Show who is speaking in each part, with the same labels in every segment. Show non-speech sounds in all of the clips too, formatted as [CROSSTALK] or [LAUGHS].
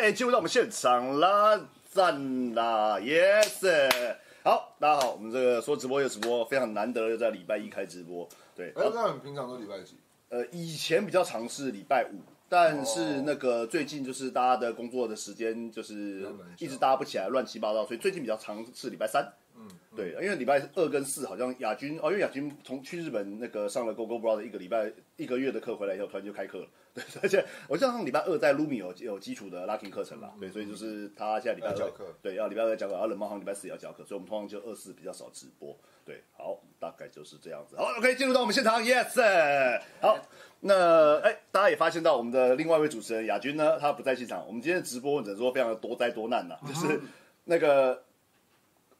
Speaker 1: 哎，进入到我们现场啦，赞啦，yes。好，大家好，我们这个说直播就直播，非常难得又在礼拜一开直播。对，
Speaker 2: 哎，那你平常都礼 [LAUGHS] 拜几？
Speaker 1: 呃，以前比较尝试礼拜五，但是那个最近就是大家的工作的时间就是一直搭不起来，乱七八糟，所以最近比较尝试礼拜三。嗯，对，因为礼拜二跟四好像亚军哦，因为亚军从去日本那个上了 Go Go Bro 的一个礼拜一个月的课回来以后，突然就开课了。 [LAUGHS] 对，而且我记得上礼拜二在 Lumi 有有基础的 Lucky 课程啦，对，所以就是他现在礼拜
Speaker 2: 嗯要
Speaker 1: 二
Speaker 2: 教课
Speaker 1: 对，要礼拜二教课，然后冷猫好像礼拜四也要教课，所以我们通常就二四比较少直播。对，好，大概就是这样子。好，OK，进入到我们现场，Yes。好，那哎，大家也发现到我们的另外一位主持人雅君呢，他不在现场。我们今天的直播，只能说非常的多灾多难呐、
Speaker 2: 嗯
Speaker 1: 就是那个。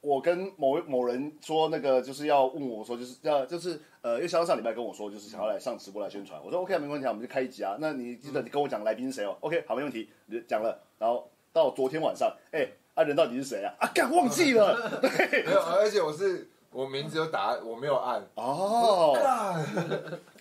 Speaker 1: 我跟某某人说，那个就是要问我说，就是要就是呃，因为肖上礼拜跟我说，就是想要来上直播来宣传。我说 OK，啊没问题，啊，我们就开一集啊。那你记得你跟我讲来宾是谁哦。OK，好，没问题，你就讲了。然后到昨天晚上，哎、啊人到底是谁啊？啊，干忘记了
Speaker 2: 没有，而且我是我名字有打，我没有按。
Speaker 1: 哦。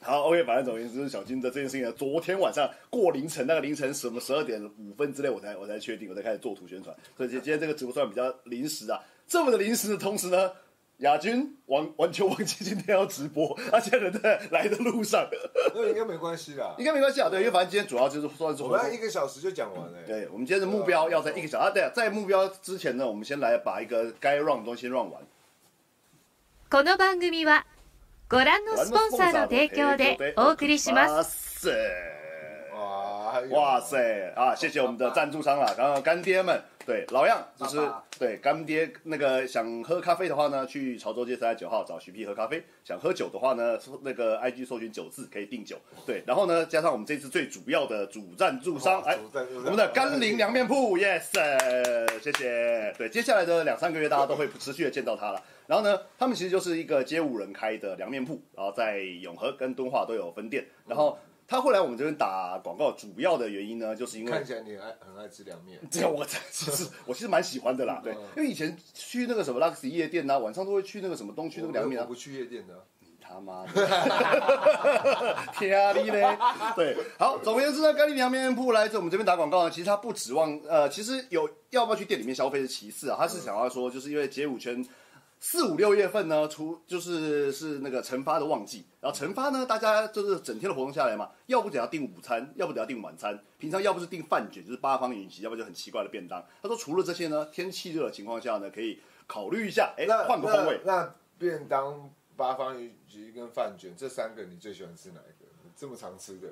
Speaker 1: 好，OK，反正总而言之，就是小金的这件事情呢，昨天晚上过凌晨，那个凌晨什么十二点五分之类，我才我才确定，我才开始做图宣传。所以今天这个直播算比较临时啊，这么的临时的同时呢，亚军完完全忘记今天要直播，而且人在来的路上，
Speaker 2: 那应该没关系啦。
Speaker 1: 应该没关系啊，对，因为反正今天主要就是算是
Speaker 2: 我们要一个小时就讲完了。
Speaker 1: 对，我们今天的目标要在一个小时啊，对啊，在目标之前呢，我们先来把一个该 run 的东西 run 完。
Speaker 3: この番組はご覧のスポンサーの提供でお送りします。
Speaker 1: す。
Speaker 2: 欸哇还有
Speaker 1: 哇塞啊！谢谢我们的赞助商啦，然后干爹们，对老样就是
Speaker 2: 爸爸
Speaker 1: 对干爹那个想喝咖啡的话呢，去潮州街三十九号找徐 P 喝咖啡；想喝酒的话呢，那个 IG 搜寻酒字可以订酒。对，然后呢，加上我们这次最主要的主赞助商，
Speaker 2: 哦
Speaker 1: 哎
Speaker 2: 主赞助，商
Speaker 1: 我们的甘霖凉面铺，yes，谢谢。对，接下来的两三个月大家都会持续的见到他了。然后呢，他们其实就是一个街舞人开的凉面铺，然后在永和跟敦化都有分店，然后。他会来我们这边打广告，主要的原因呢，就是因为 [LAUGHS]
Speaker 2: 看起来你很爱很爱吃凉面。
Speaker 1: 这个我其实我其实蛮喜欢的啦，对，因为以前去那个什么 Lux 夜店呐、啊晚上都会去那个什么东区那个凉面
Speaker 2: 我
Speaker 1: 啊
Speaker 2: 不，去夜店的。
Speaker 1: 他妈的， [LAUGHS] 天啊你嘞！对，好，总而言之呢，咖喱凉面铺来自我们这边打广告啊呢，其实他不指望，呃，其实有要不要去店里面消费是其次啊，他是想要说，就是因为街舞圈。四五六月份呢，除就是是那个晨发的旺季，然后晨发呢，大家就是整天的活动下来嘛，要不得要订午餐，要不得要订晚餐，平常要不是订饭卷，就是八方云集，要不就很奇怪的便当。他说除了这些呢，天气热的情况下呢，可以考虑一下，哎，
Speaker 2: 那
Speaker 1: 换个风味。
Speaker 2: 那那便当、八方云集跟饭卷这三个，你最喜欢吃哪一个？你这么常吃的？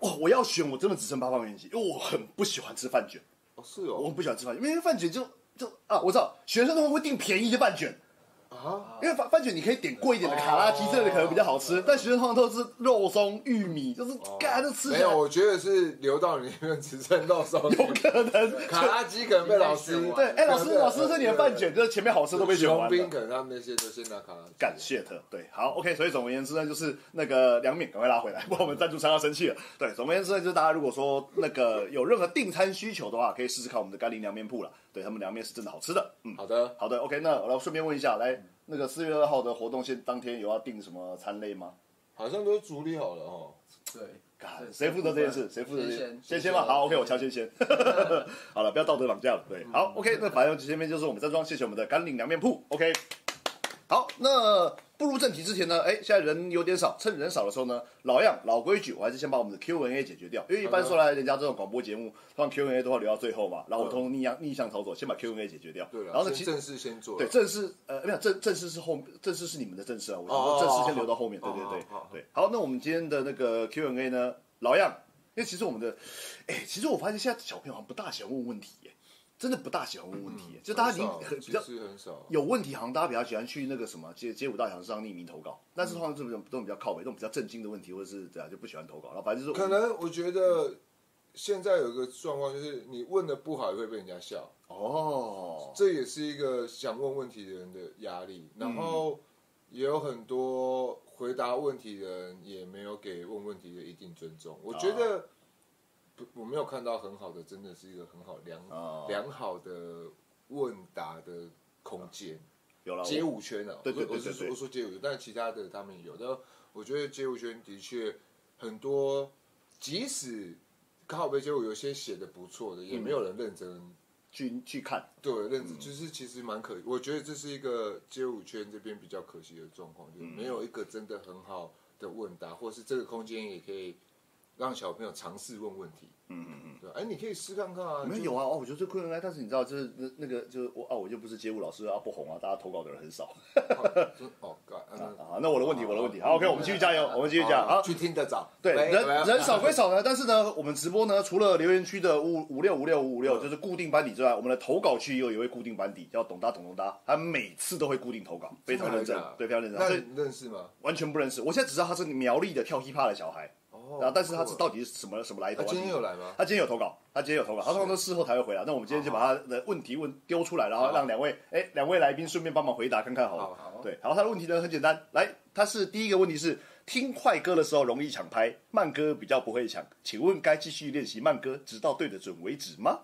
Speaker 1: 哦，我要选，我真的只剩八方云集，因为我很不喜欢吃饭卷，
Speaker 2: 哦，是
Speaker 1: 我
Speaker 2: 哦。
Speaker 1: 很不喜欢吃饭卷，因为饭卷就就啊，我知道学生的话会订便宜的饭卷，
Speaker 2: 啊，哦
Speaker 1: 因为饭饭卷你可以点贵一点的卡拉鸡之类的可能比较好吃，但学生通常都是肉松、玉米，就是干就吃起
Speaker 2: 没
Speaker 1: 来
Speaker 2: 有，我觉得是留到你那边只剩肉松。
Speaker 1: 可能。
Speaker 2: 卡拉鸡可能被老师
Speaker 1: 对，哎，老师，老师，这
Speaker 2: 这
Speaker 1: 你的饭卷就是前面好吃都被选
Speaker 2: 熊
Speaker 1: 完
Speaker 2: 兵
Speaker 1: 了。
Speaker 2: 可能他们那些都先拿卡拉鸡。
Speaker 1: 感谢特，对，好，OK，所以总而言之呢，就是那个凉面赶快拉回来，不 [LAUGHS] 然我们赞助商要生气了。对，总而言之呢，就是大家如果说那个有任何订餐需求的话，可以试试看我们的甘霖凉面铺了，对他们凉面是真的好吃的，嗯。
Speaker 2: 好的，
Speaker 1: 好的，OK，那我来顺便问一下，来，那个四月二号的活动，现当天有要订什么餐类吗？
Speaker 2: 好像都处理好了哦。
Speaker 4: 对，
Speaker 1: 干
Speaker 4: 对
Speaker 1: 谁负责这件事？谁负责这件
Speaker 4: 先
Speaker 1: 事先
Speaker 4: 先？
Speaker 1: 先吧。好，OK，我敲先先。 [LAUGHS] 嗯好了，不要道德绑架了。对，好，OK，那反正前面就是我们站桩，谢谢我们的甘岭凉面铺。OK，好，那步入正题之前呢，哎，现在人有点少，趁人少的时候呢，老样老规矩，我还是先把我们的 Q&A 解决掉，因为一般说来人家这种广播节目，通常 Q&A 都会留到最后嘛，然后我通通逆向逆向操作，先把 Q&A 解决掉。
Speaker 2: 对了，
Speaker 1: 然后呢，其
Speaker 2: 先正式先做了。
Speaker 1: 对，正式呃，没有正正式是后正式是你们的正式啊，我想说
Speaker 2: 哦哦
Speaker 1: 正式先留到后面，对
Speaker 2: 哦
Speaker 1: 对
Speaker 2: 哦
Speaker 1: 对
Speaker 2: 哦哦
Speaker 1: 对。好，那我们今天的那个 Q&A 呢，老样，因为其实我们的，哎，其实我发现现在小朋友好像不大喜欢问问题耶，真的不大喜欢问问题耶，就大家已经
Speaker 2: 嗯很少
Speaker 1: 很比较
Speaker 2: 其实很少。
Speaker 1: 有问题，好像大家比较喜欢去那个什么街街舞大堂上匿名投稿，但是通常这种这种比较靠北，这种比较震惊的问题或者是对啊就不喜欢投稿，然后反正就是
Speaker 2: 可能我觉得现在有一个状况就是，你问的不好也会被人家笑，
Speaker 1: 哦，
Speaker 2: 这也是一个想问问题的人的压力。然后也有很多回答问题的人也没有给问问题的一定尊重。我觉得不，我没有看到很好的，真的是一个很好良、
Speaker 1: 哦
Speaker 2: 良好的问答的空间。
Speaker 1: 有了，
Speaker 2: 街舞圈啊，
Speaker 1: 对对对
Speaker 2: 我
Speaker 1: 对
Speaker 2: 是我是
Speaker 1: 对
Speaker 2: 说我说街舞圈，但其他的他们也有。但我觉得街舞圈的确很多，即使靠背街舞有些写的不错的，也
Speaker 1: 嗯
Speaker 2: 没有人认真
Speaker 1: 去去看，
Speaker 2: 对，认
Speaker 1: 嗯
Speaker 2: 识就是其实蛮可，我觉得这是一个街舞圈这边比较可惜的状况，就是没
Speaker 1: 嗯
Speaker 2: 有一个真的很好的问答，或是这个空间也可以让小朋友尝试问问题。
Speaker 1: 嗯嗯嗯。
Speaker 2: 对，哎，你可以试看看啊。
Speaker 1: 没
Speaker 2: 就
Speaker 1: 有啊，哦，我觉得最困难，但是你知道，就是那那个就是我啊，我就不是街舞老师啊，不红啊，大家投稿的人很少
Speaker 2: 就哦，干
Speaker 1: 啊
Speaker 2: 啊。
Speaker 1: 啊。那我的问题，我的问题，好，OK，我们继续加油，我们继续讲，好。
Speaker 2: 去听得早。
Speaker 1: 对，
Speaker 2: 喂
Speaker 1: 人
Speaker 2: 喂喂
Speaker 1: 人少归少呢，但是呢，我们直播呢，除了留言区的五五六五六五五六就是固定班底之外，我们的投稿区也有一位固定班底，叫董大董董大，他每次都会固定投稿，非常认真
Speaker 2: 真的假的，啊
Speaker 1: 对，非常认真。
Speaker 2: 那
Speaker 1: 所以
Speaker 2: 你认识吗？
Speaker 1: 完全不认识。我现在只知道他是苗栗的跳 hiphop 的小孩，
Speaker 2: 哦
Speaker 1: 然后但是他
Speaker 2: 酷
Speaker 1: 是
Speaker 2: 啊
Speaker 1: 到底是什么什么来头
Speaker 2: 他
Speaker 1: 啊？
Speaker 2: 今天有来吗？
Speaker 1: 他今天有投稿，他今天有投稿，他通常都事后才会回答。那我们今天就把他的问题问丢出来，然后
Speaker 2: 好
Speaker 1: 让两位哎两位来宾顺便帮忙回答看看好
Speaker 2: 好
Speaker 1: 了。
Speaker 2: 好
Speaker 1: 对，然后他的问题呢很简单，来，他是第一个问题是听快歌的时候容易抢拍，慢歌比较不会抢，请问该继续练习慢歌直到对得准为止吗？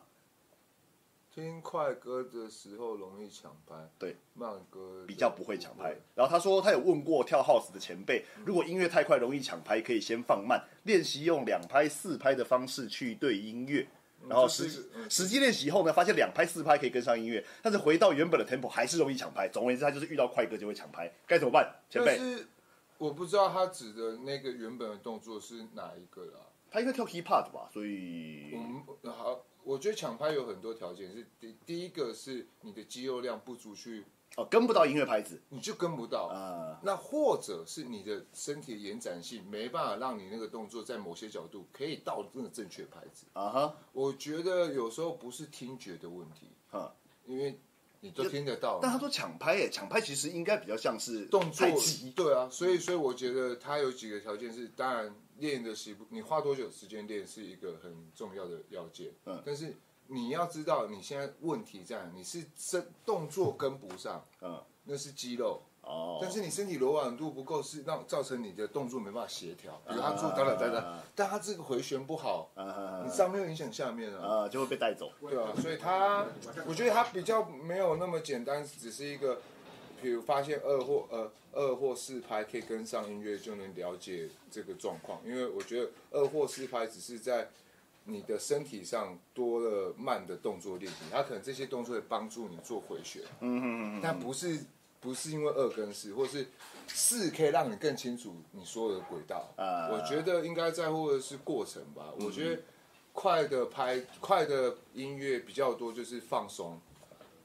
Speaker 2: 听快歌的时候容易抢拍，
Speaker 1: 对，
Speaker 2: 慢歌
Speaker 1: 比较不会抢拍。然后他说他有问过跳 house 的前辈，如果音乐太快容易抢拍，可以先放慢，练习用两拍四拍的方式去对音乐。然后
Speaker 2: 这
Speaker 1: 实
Speaker 2: 是一个嗯
Speaker 1: 实际练习后呢，发现两拍四拍可以跟上音乐，但是回到原本的 tempo 还是容易抢拍。总而言之，他就是遇到快歌就会抢拍，该怎么办？前
Speaker 2: 但
Speaker 1: 辈，
Speaker 2: 是我不知道他指的那个原本的动作是哪一个啦。
Speaker 1: 他应该跳 hip hop 吧，所以
Speaker 2: 我
Speaker 1: 嗯
Speaker 2: 们好，我觉得抢拍有很多条件，是第第一个是你的肌肉量不足去，
Speaker 1: 哦跟不到音乐拍子
Speaker 2: 你就跟不到。
Speaker 1: 啊、
Speaker 2: 那或者是你的身体的延展性没办法让你那个动作在某些角度可以到那个正确拍子。
Speaker 1: 啊哈，
Speaker 2: 我觉得有时候不是听觉的问题，
Speaker 1: 哈。
Speaker 2: 因为你都听得到。
Speaker 1: 但他说抢拍耶，抢拍其实应该比较像是
Speaker 2: 动作
Speaker 1: 太急
Speaker 2: 对啊，所以所以我觉得他有几个条件是，当然练的习不，你花多久时间练是一个很重要的要件，
Speaker 1: 嗯
Speaker 2: 但是你要知道你现在问题在哪，你是身动作跟不上，
Speaker 1: 嗯，
Speaker 2: 那是肌肉，
Speaker 1: 哦，
Speaker 2: 但是你身体柔软度不够，是让造成你的动作没办法协调，比如他做哒哒哒哒，但他这个回旋不好，
Speaker 1: 啊哈哈
Speaker 2: 你上面会影响下面啊，
Speaker 1: 啊就会被带走。
Speaker 2: 对啊，所以他，我觉得他比较没有那么简单，只是一个，比如发现二或呃二或四拍可以跟上音乐，就能了解这个状况。因为我觉得二或四拍只是在你的身体上多了慢的动作练习，它可能这些动作会帮助你做回旋，
Speaker 1: 嗯嗯嗯
Speaker 2: 但不是不是因为二跟四，或是四可以让你更清楚你所有的轨道。
Speaker 1: 啊
Speaker 2: 我觉得应该在乎的是过程吧。我觉得快的拍快的音乐比较多，就是放松。
Speaker 1: 嗯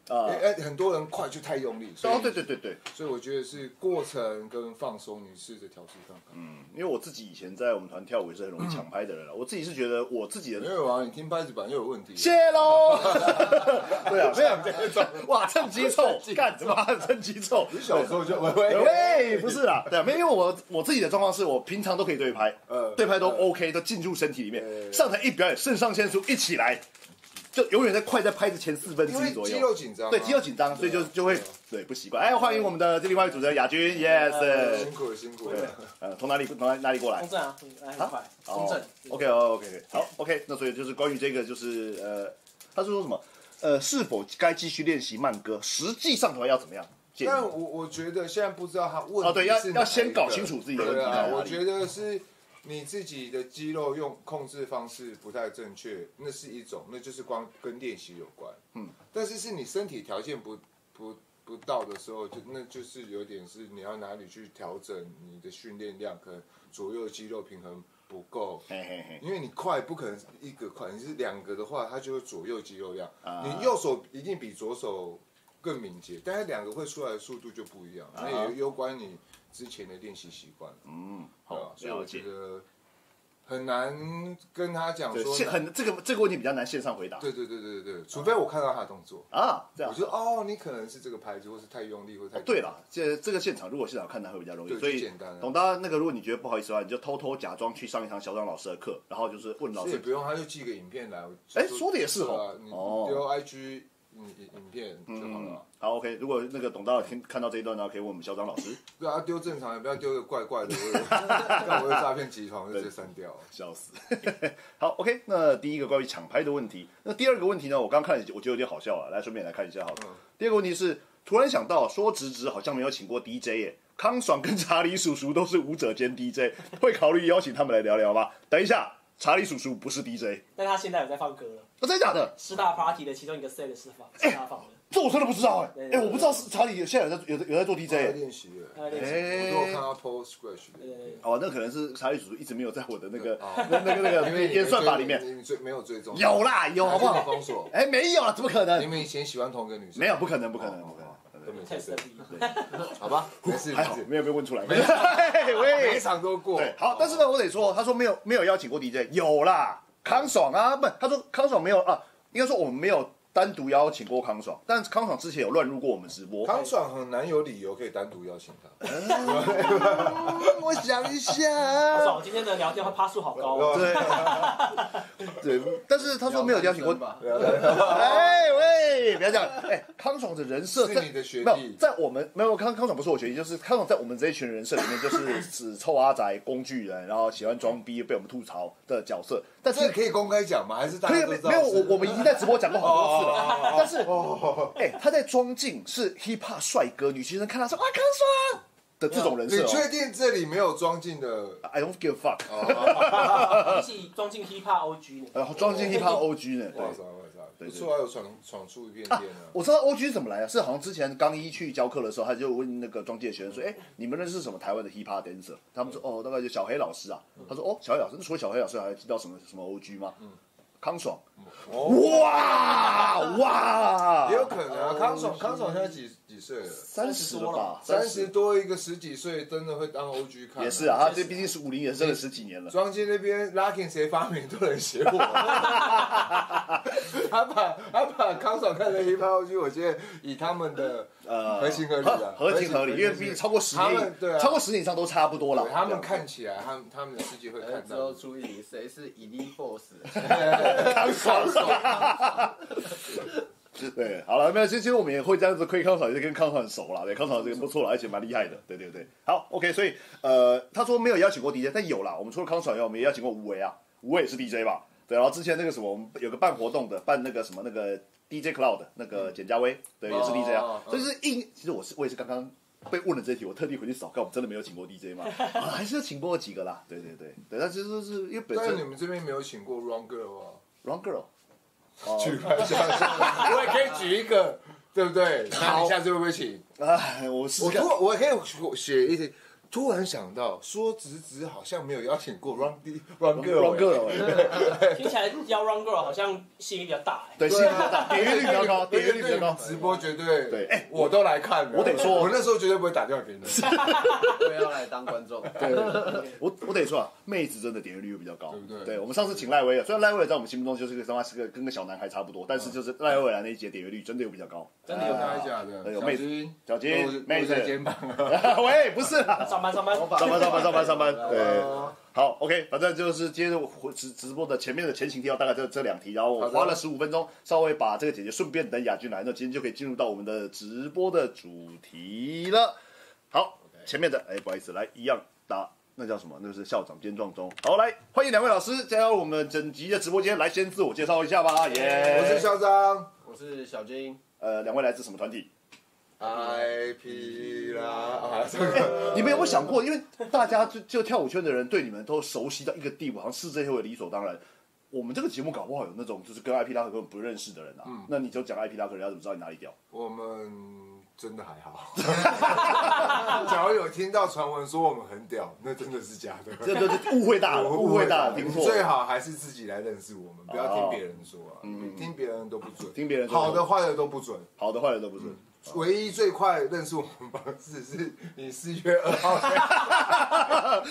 Speaker 1: 啊
Speaker 2: 哎、，哎很多人快就太用力，所以、
Speaker 1: 哦，对对对对，
Speaker 2: 所以我觉得是过程跟放松，你试着调试看看。
Speaker 1: 嗯，因为我自己以前在我们团跳舞也是很容易抢拍的人啊了，我自己是觉得我自己
Speaker 2: 没
Speaker 1: 的。
Speaker 2: 有啊，你听拍子版又有问题。
Speaker 1: 谢
Speaker 2: [LAUGHS]
Speaker 1: 喽，对啊，没有这种，哇，趁机臭，干什么？趁机臭，
Speaker 2: 你小时候就喂喂
Speaker 1: 喂，不是啦，对啊，没有，因为我我自己的状况是我平常都可以对拍，
Speaker 2: 呃
Speaker 1: 对拍都 OK，都进入身体里
Speaker 2: 嗯
Speaker 1: 面，上台一表演，肾上腺素一起来，就永远在快在拍子前四分之
Speaker 2: 因
Speaker 1: 一
Speaker 2: 为
Speaker 1: 左右，
Speaker 2: 肌肉紧张啊、
Speaker 1: 对肌肉紧张，所以就就会对不习惯。哎，欢迎我们的另外一位主持人雅君，yes，
Speaker 2: 哎辛苦了辛苦
Speaker 1: 对
Speaker 2: 了。
Speaker 1: 呃，从哪里从哪里哪里过来
Speaker 4: 公？正啊，来很快，公正。
Speaker 1: 哦 OK OK OK，好 OK，那所以就是关于这个就是呃，他是说什么？呃，是否该继续练习慢歌？实际上的话要怎么样？建议
Speaker 2: 但我我觉得现在不知道他问
Speaker 1: 哦
Speaker 2: 题
Speaker 1: 对要
Speaker 2: 是哪
Speaker 1: 要先
Speaker 2: 一
Speaker 1: 搞
Speaker 2: 个
Speaker 1: 清楚自己的问题
Speaker 2: 对
Speaker 1: 在
Speaker 2: 啊
Speaker 1: 哪，里
Speaker 2: 我觉得是你自己的肌肉用控制方式不太正确，那是一种，那就是光跟练习有关。嗯，但是是你身体条件不不不到的时候，就那就是有点是你要哪里去调整你的训练量，可能左右肌肉平衡不够。
Speaker 1: 嘿嘿嘿，
Speaker 2: 因为你快不可能一个快，你是两个的话，它就会左右肌肉量。
Speaker 1: 啊
Speaker 2: 你右手一定比左手更敏捷，但是两个会出来的速度就不一样，那、也攸关你之前的练习习惯，
Speaker 1: 啊嗯，
Speaker 2: 对吧
Speaker 1: 好？，
Speaker 2: 所以
Speaker 1: 了
Speaker 2: 我觉
Speaker 1: 解。
Speaker 2: 得很难跟他讲
Speaker 1: 对，
Speaker 2: 说
Speaker 1: 线
Speaker 2: 哪，
Speaker 1: 很这个这个问题比较难线上回答
Speaker 2: 对对对对对对，除非我看到他的动作，
Speaker 1: 啊，这
Speaker 2: 我
Speaker 1: 样。哦
Speaker 2: 就哦，你可能是这个拍子，或是太用力，或是太
Speaker 1: 对了，这这个现场如果现场看他会比较容易，
Speaker 2: 对
Speaker 1: 所
Speaker 2: 就
Speaker 1: 以
Speaker 2: 简单了
Speaker 1: 董大那个，如果你觉得不好意思的话，你就偷偷假装去上一堂小张老师的课，然后就是问老
Speaker 2: 是也
Speaker 1: 师
Speaker 2: 不用，他就寄个影片来。我
Speaker 1: 哎说得也是
Speaker 2: 对
Speaker 1: 哦
Speaker 2: 啊你
Speaker 1: 哦嗯
Speaker 2: 丢 IG 影影影片就好了。
Speaker 1: 好 OK。如果那个董大有听看到这一段的话，可以问我们小张老师。
Speaker 2: 对啊，丢正常，也不要丢个怪怪
Speaker 1: [LAUGHS]
Speaker 2: 的，我干我是诈骗集团，我就直接删掉。
Speaker 1: 笑死。 [LAUGHS] 好，OK，那第一个关于抢拍的问题，那第二个问题呢？我刚看了，我觉得有点好笑啊，来顺便来看一下好了。
Speaker 2: 嗯
Speaker 1: 第二个问题是，突然想到，说直直好像没有请过 DJ 耶。 [LAUGHS] 康爽跟查理叔叔都是舞者兼 DJ，会考虑邀请他们来聊聊吗？等一下，查理叔叔不是 DJ，
Speaker 4: 但他现在有在放歌了，
Speaker 1: 那、真的假的？
Speaker 4: 师大 party 的其中一个 set 是放是他放的，
Speaker 1: 这我真的不知道哎、
Speaker 4: 对
Speaker 1: 哎、
Speaker 4: 对
Speaker 1: 我不知道是查理现在有在有在有在做 DJ
Speaker 2: 我在
Speaker 1: 哎、
Speaker 2: 练习了。
Speaker 4: 他在
Speaker 1: 哎、
Speaker 4: 练
Speaker 2: 我
Speaker 4: 习。
Speaker 2: 都哦有看到 Paul Scratch 的
Speaker 4: 对对对，
Speaker 1: 哦，那可能是查理叔叔一直没有在我的那个、
Speaker 2: 哦
Speaker 1: 那那个那
Speaker 2: [LAUGHS] 因
Speaker 1: 个
Speaker 2: 为你
Speaker 1: 演算法里面
Speaker 2: 你你追没有追踪，
Speaker 1: 有啦有好不
Speaker 2: 还是
Speaker 1: 好？
Speaker 2: 你封锁？
Speaker 1: 哎、没有啊，怎么可
Speaker 2: 你
Speaker 1: 能？
Speaker 2: 们以前喜欢同一个女生？
Speaker 1: 没有，不可能，不可能，
Speaker 2: 哦
Speaker 1: 不可能。
Speaker 2: 根本
Speaker 4: test
Speaker 2: 是
Speaker 4: 的比
Speaker 2: 好
Speaker 1: [LAUGHS]
Speaker 2: 吧，没事
Speaker 1: 还
Speaker 2: 没
Speaker 1: 好
Speaker 2: 事，
Speaker 1: 没有被问出来。
Speaker 2: 每
Speaker 1: [LAUGHS] 喂
Speaker 2: 一，场都过
Speaker 1: 对，。好，但是呢，我得说，他说没有没有邀请过 DJ，有啦，康爽啊，不，他说康爽没有啊，应该说我们没有单独邀请过康爽，但是康爽之前有乱入过我们直播。
Speaker 2: 康爽很难有理由可以单独邀请
Speaker 4: [LAUGHS]
Speaker 2: 他。
Speaker 1: 我想一下，
Speaker 4: 好爽，今天的聊天会趴数好高哦，
Speaker 1: [LAUGHS] 对，对，但是他说没有邀请过。
Speaker 2: 对啊对啊
Speaker 1: 哎喂，不要这
Speaker 2: [LAUGHS]
Speaker 1: 样！哎，康爽的人设
Speaker 2: 是
Speaker 1: 在
Speaker 2: 你的学弟
Speaker 1: 没有在我们没有康康爽不是我学弟，就是康爽在我们这一群人设里面就是只臭阿宅、工具人，然后喜欢装逼被我们吐槽的角色。但是
Speaker 2: 这个可以公开讲吗？还是大
Speaker 1: 可以
Speaker 2: 家都
Speaker 1: 没
Speaker 2: 知道
Speaker 1: 没
Speaker 2: 是？
Speaker 1: 有我我们已经在直播讲过很多次了，
Speaker 2: 哦
Speaker 1: 但是哎、他在装进是 hip hop 帅哥，女学生看他说啊康爽的这种人
Speaker 2: 你
Speaker 1: 设、
Speaker 2: 确
Speaker 1: 哦。
Speaker 2: 定这里没有装进的？
Speaker 1: I don't give a fuck，
Speaker 2: 哦
Speaker 4: 比起装进 hip hop OG 呢，
Speaker 1: 然后装进 hip hop OG 呢？对
Speaker 2: 哇，塞哇塞，
Speaker 1: 对对
Speaker 2: 不错啊，有闯闯出一片天啊！
Speaker 1: 我知道 OG 是怎么来的，是好像之前刚一去教课的时候，他就问那个中介学生说：“哎、你们认识什么台湾的 hip hop dancer？” 他们说：“哦，大概就小黑老师啊。”
Speaker 2: 嗯
Speaker 1: 他说：“哦，小黑老师，那除了小黑老师，还知道什么什么 OG 吗？”康爽，
Speaker 2: 哦，
Speaker 1: 哇哇
Speaker 2: 也，有可能啊。康爽康爽现在几几岁了？
Speaker 1: 啊三十了吧，
Speaker 2: 三十多一个十几岁，真的会当 OG 看、
Speaker 1: 也是啊，他这毕竟是五零也真的十几年了。
Speaker 2: 庄金那边 Lucky 谁发明都能写我， [LAUGHS] 他把他把康爽看的 hip hop 剧，我觉得以他们的
Speaker 1: 呃，
Speaker 2: 合情合理啊
Speaker 1: 合合情合理，因为毕竟超过十年
Speaker 2: 他们对啊
Speaker 1: 以，超过十年以上都差不多了哎
Speaker 2: 对。他们看起来，他们他们的世界会看
Speaker 5: 呃之后
Speaker 2: 到。
Speaker 5: 出一题谁是 Elite Force，
Speaker 1: 康爽， [LAUGHS] 对，好了，没有，其实其实我们也会这样子亏康爽，也是跟康爽很熟了，对，康爽这个不错了，而且蛮厉害的，对对对。好，OK，所以呃，他说没有邀请过 DJ，但有啦，我们除了康爽以外，我们也邀请过吴为啊，吴为也是 DJ 吧？对，然后之前那个什么，我们有个办活动的，办那个什么那个 DJ Cloud 的那个简家威，对，也是 DJ 啊
Speaker 2: 嗯哦，
Speaker 1: 所以是硬，其实我是我也是刚刚。被问了这题，我特地回去扫看，我们真的没有请过 DJ
Speaker 2: [LAUGHS]
Speaker 1: 吗？啊、还是请过几个啦。对对对对，但其实是因为本
Speaker 2: 但
Speaker 1: 身
Speaker 2: 是你们这边没有请过 Wrong Girl 啊？
Speaker 1: Wrong Girl，
Speaker 2: 举玩笑，我也可以举一个，对不对？那你下次会不会请？
Speaker 1: 哎，我是
Speaker 2: 我突然我也可以写一些。突然想到，说直直好像没有邀请过 Run D Run Girl，欸
Speaker 1: Wrong Girl，哎
Speaker 4: 听起来邀 Run Girl 好像吸引力比较大哎。
Speaker 1: 对，吸引力比较
Speaker 2: [LAUGHS]
Speaker 1: 大，点阅率比较高，点阅率比较高。
Speaker 2: 直播绝对
Speaker 1: 对哎
Speaker 2: 我都来看了。
Speaker 1: 我得说啊
Speaker 2: 我那时候绝对不会打电话给你。
Speaker 5: 我也要来当观众。
Speaker 1: 我我得说啊，妹子真的点阅率又比较高，
Speaker 2: 对不对
Speaker 1: 我们上次请赖威尔，啊虽然赖威尔在我们心目中就是个他妈是个跟个小男孩差不多，但是就是赖威尔那一节点阅率真的有比较高。
Speaker 2: 真的有开假的，
Speaker 1: 有哎妹子小金妹
Speaker 2: 妹
Speaker 1: 子
Speaker 2: 在
Speaker 1: [LAUGHS]
Speaker 2: 肩膀啊，
Speaker 1: 喂，不是啦，
Speaker 4: 上班上
Speaker 1: [LAUGHS]
Speaker 4: 班，
Speaker 1: 上班上班上班上班，对。好，OK，反正就是今天我直直播的前面的前情提要大概就这两题，然后我
Speaker 2: 好的
Speaker 1: 花了十五分钟稍微把这个姐姐顺便等雅君来，那今天就可以进入到我们的直播的主题了。好，前面的哎，不好意思，来一样打，那叫什么？那就是校长兼撞钟。好，来欢迎两位老师加入我们整集的直播间，来先自我介绍一下吧，耶、
Speaker 2: 我是校长。
Speaker 5: 我是小金，
Speaker 1: 呃，两位来自什么团体？
Speaker 2: IP 啦啊，这个
Speaker 1: [LAUGHS] 你们有没有想过，因为大家就就跳舞圈的人对你们都熟悉到一个地步，好像视这些为理所当然。我们这个节目搞不好有那种就是跟 IP 拉克根本不认识的人啊，那你就讲 IP 拉克，人家怎么知道你哪里 [LAUGHS] 屌？
Speaker 2: 我们真的还
Speaker 1: [LAUGHS]
Speaker 2: 好。假如有听到传闻说我们很屌，那真的是假的。
Speaker 1: 这这这误会大了，误会大了，听错。哦
Speaker 2: 最好还是自己来认识我们，不要听别人说啊，听别人都不准，
Speaker 1: 嗯听别人说
Speaker 2: 好的坏的都不准。
Speaker 1: 好的坏的都不是。
Speaker 2: 唯一最快认识我们方式是你四月二 [LAUGHS] 号，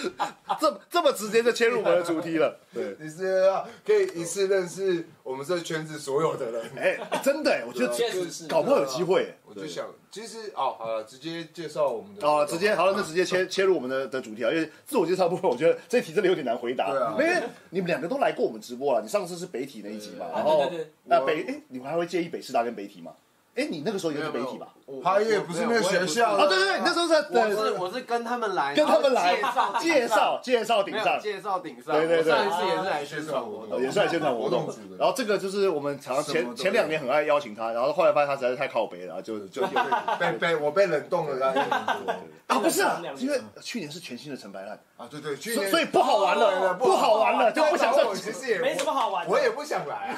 Speaker 1: 这这么直接就切入我们的主题了。 [LAUGHS] 对，
Speaker 2: 你四月二号可以一次认识我们这圈子所有的人。
Speaker 1: 哎，真的哎，我觉得
Speaker 4: 确实是
Speaker 1: 搞不好有机会哎。
Speaker 2: 我就想，其实哦，好了，直接介绍我们的
Speaker 1: 啊，直接好了，那直接切切入我们的的主题啊，因为自我介绍部分，我觉得这题真的有点难回答，
Speaker 2: 对啊
Speaker 1: 因为你们两个都来过我们直播了，你上次是北体那一集嘛，然
Speaker 4: 啊
Speaker 1: 后
Speaker 4: 对对对
Speaker 1: 那
Speaker 2: 我
Speaker 1: 北，哎，你们还会介意北师大跟北体吗？哎，你那个时候也是媒体吧？
Speaker 5: 没有？没有
Speaker 2: 哦他也不是那个学校
Speaker 1: 啊，
Speaker 2: 的
Speaker 1: 对对对，你那时候在
Speaker 5: 我也不是我
Speaker 1: 对
Speaker 5: 是我是跟他们来，
Speaker 1: 跟他们来
Speaker 5: 然后
Speaker 1: 介绍介绍顶
Speaker 5: 没有
Speaker 1: 上，
Speaker 5: 介绍顶上，
Speaker 1: 对对对
Speaker 5: 我上一次也是来宣传活
Speaker 1: 哦
Speaker 5: 动
Speaker 1: 也，是来宣传活动
Speaker 2: 活动组的
Speaker 1: 然后这个就是我们常常
Speaker 2: 什么
Speaker 1: 前
Speaker 2: 都有
Speaker 1: 前两年很爱邀请他，然后后来发现他实在是太靠北了，然后就就有
Speaker 2: 被被我被冷冻了，大概很多
Speaker 1: 啊不是啊
Speaker 4: 前两，年
Speaker 1: 因为去年是全新的陈白烂，
Speaker 2: [LAUGHS] 啊，对对，去
Speaker 1: 所以
Speaker 2: 年哦
Speaker 1: 所以不好玩了，不好玩了，就不想
Speaker 2: 再。我
Speaker 1: 再
Speaker 2: 其实也
Speaker 4: 没什么好玩的。
Speaker 2: 我也不想 [LAUGHS] 来。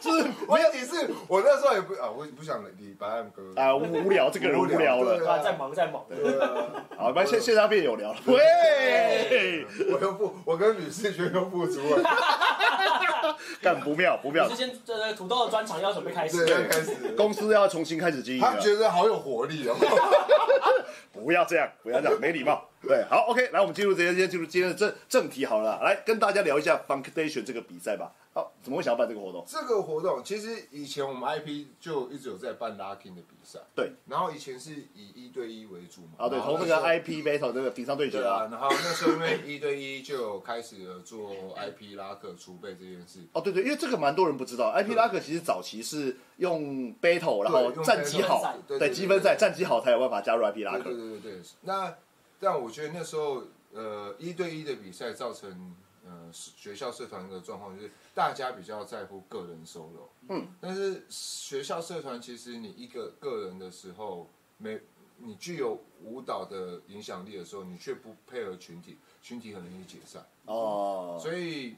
Speaker 1: 就是
Speaker 2: 问题是我那时候也不啊，我也不想理白岸哥
Speaker 1: 啊无无聊，这个人无聊了。
Speaker 4: 啊，在忙在忙。
Speaker 2: 对啊
Speaker 1: 好，反正线线上变有聊了。喂，
Speaker 2: 我又不，我跟吕世轩又不足啊 [LAUGHS] 了，
Speaker 1: 干不妙不妙
Speaker 4: 你是，先这这土豆的专场要准备开始
Speaker 2: 对，，要开始。
Speaker 1: 公司要重新开始经营
Speaker 2: 他
Speaker 1: 了。
Speaker 2: 觉得好有活力哦，
Speaker 1: 不要这样，不要这样，没礼貌。对，好，OK，来，我们进入直接先进入今天的正正题好了啦，来跟大家聊一下 Funkation 这个比赛吧。好，怎么会想要办这个活动？
Speaker 2: 这个活动其实以前我们 IP 就一直有在办 Lucky 的比赛，
Speaker 1: 对，
Speaker 2: 然后以前是以一对一为主嘛，
Speaker 1: 啊，对，
Speaker 2: 然后
Speaker 1: 从那
Speaker 2: 时
Speaker 1: 个
Speaker 2: 候
Speaker 1: IP battle 这个顶上对决
Speaker 2: 对
Speaker 1: 啊，，
Speaker 2: 啊然后那时候因为一对一就有开始了做 IP 拉客储备这件事，
Speaker 1: 哦，对对，因为这个蛮多人不知道，IP 拉克其实早期是用 battle，然后
Speaker 2: 对用
Speaker 1: 战绩
Speaker 2: battle
Speaker 1: 好，
Speaker 2: 对对
Speaker 1: 对
Speaker 2: 对
Speaker 1: 积分赛
Speaker 2: 对
Speaker 1: 战绩好才有办法加入 IP 拉
Speaker 2: 对对
Speaker 1: 克。
Speaker 2: 对对对。那但我觉得那时候呃一对一的比赛造成呃学校社团的状况就是大家比较在乎个人 solo，
Speaker 1: 嗯，
Speaker 2: 但是学校社团其实你一个个人的时候没。你具有舞蹈的影响力的时候，你却不配合群体，群体很容易解散。
Speaker 1: 哦，
Speaker 2: 所以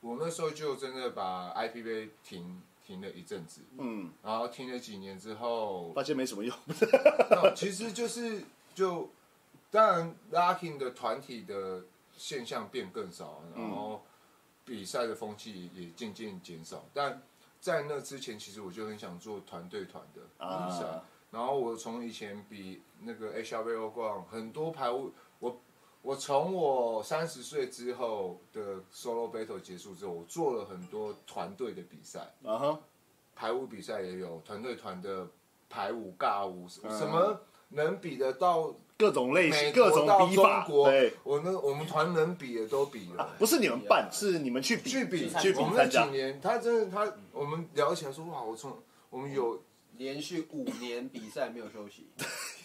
Speaker 2: 我那时候就真的把 IP 杯停停了一阵子，
Speaker 1: 嗯，
Speaker 2: 然后停了几年之后，
Speaker 1: 发现没什么用，
Speaker 2: [LAUGHS] 那其实就是就当然 Locking 的团体的现象变更少，然后比赛的风气也渐渐减少，但在那之前，其实我就很想做团队团的比赛。
Speaker 1: 啊
Speaker 2: 然后我从以前比那个 HRVO 逛很多排舞，我我从我三十岁之后的 solo battle 结束之后，我做了很多团队的比赛，
Speaker 1: 啊哈，
Speaker 2: 排舞比赛也有团队团的排舞、尬舞，什么能比得到
Speaker 1: 各种嗯类型、
Speaker 2: 美
Speaker 1: 各
Speaker 2: 国
Speaker 1: 种
Speaker 2: 到
Speaker 1: 比
Speaker 2: 中
Speaker 1: 法，
Speaker 2: 国
Speaker 1: 对，？
Speaker 2: 我们我们团能比的都比了。
Speaker 1: 不是你们办，是你们去比
Speaker 2: 去比
Speaker 1: 去
Speaker 2: 我
Speaker 1: 比
Speaker 2: 们那
Speaker 1: 参
Speaker 2: 几
Speaker 1: 加，
Speaker 2: 年，他真的他，我们聊起来说哇，我从我们有
Speaker 5: 连续五年比赛没有休息，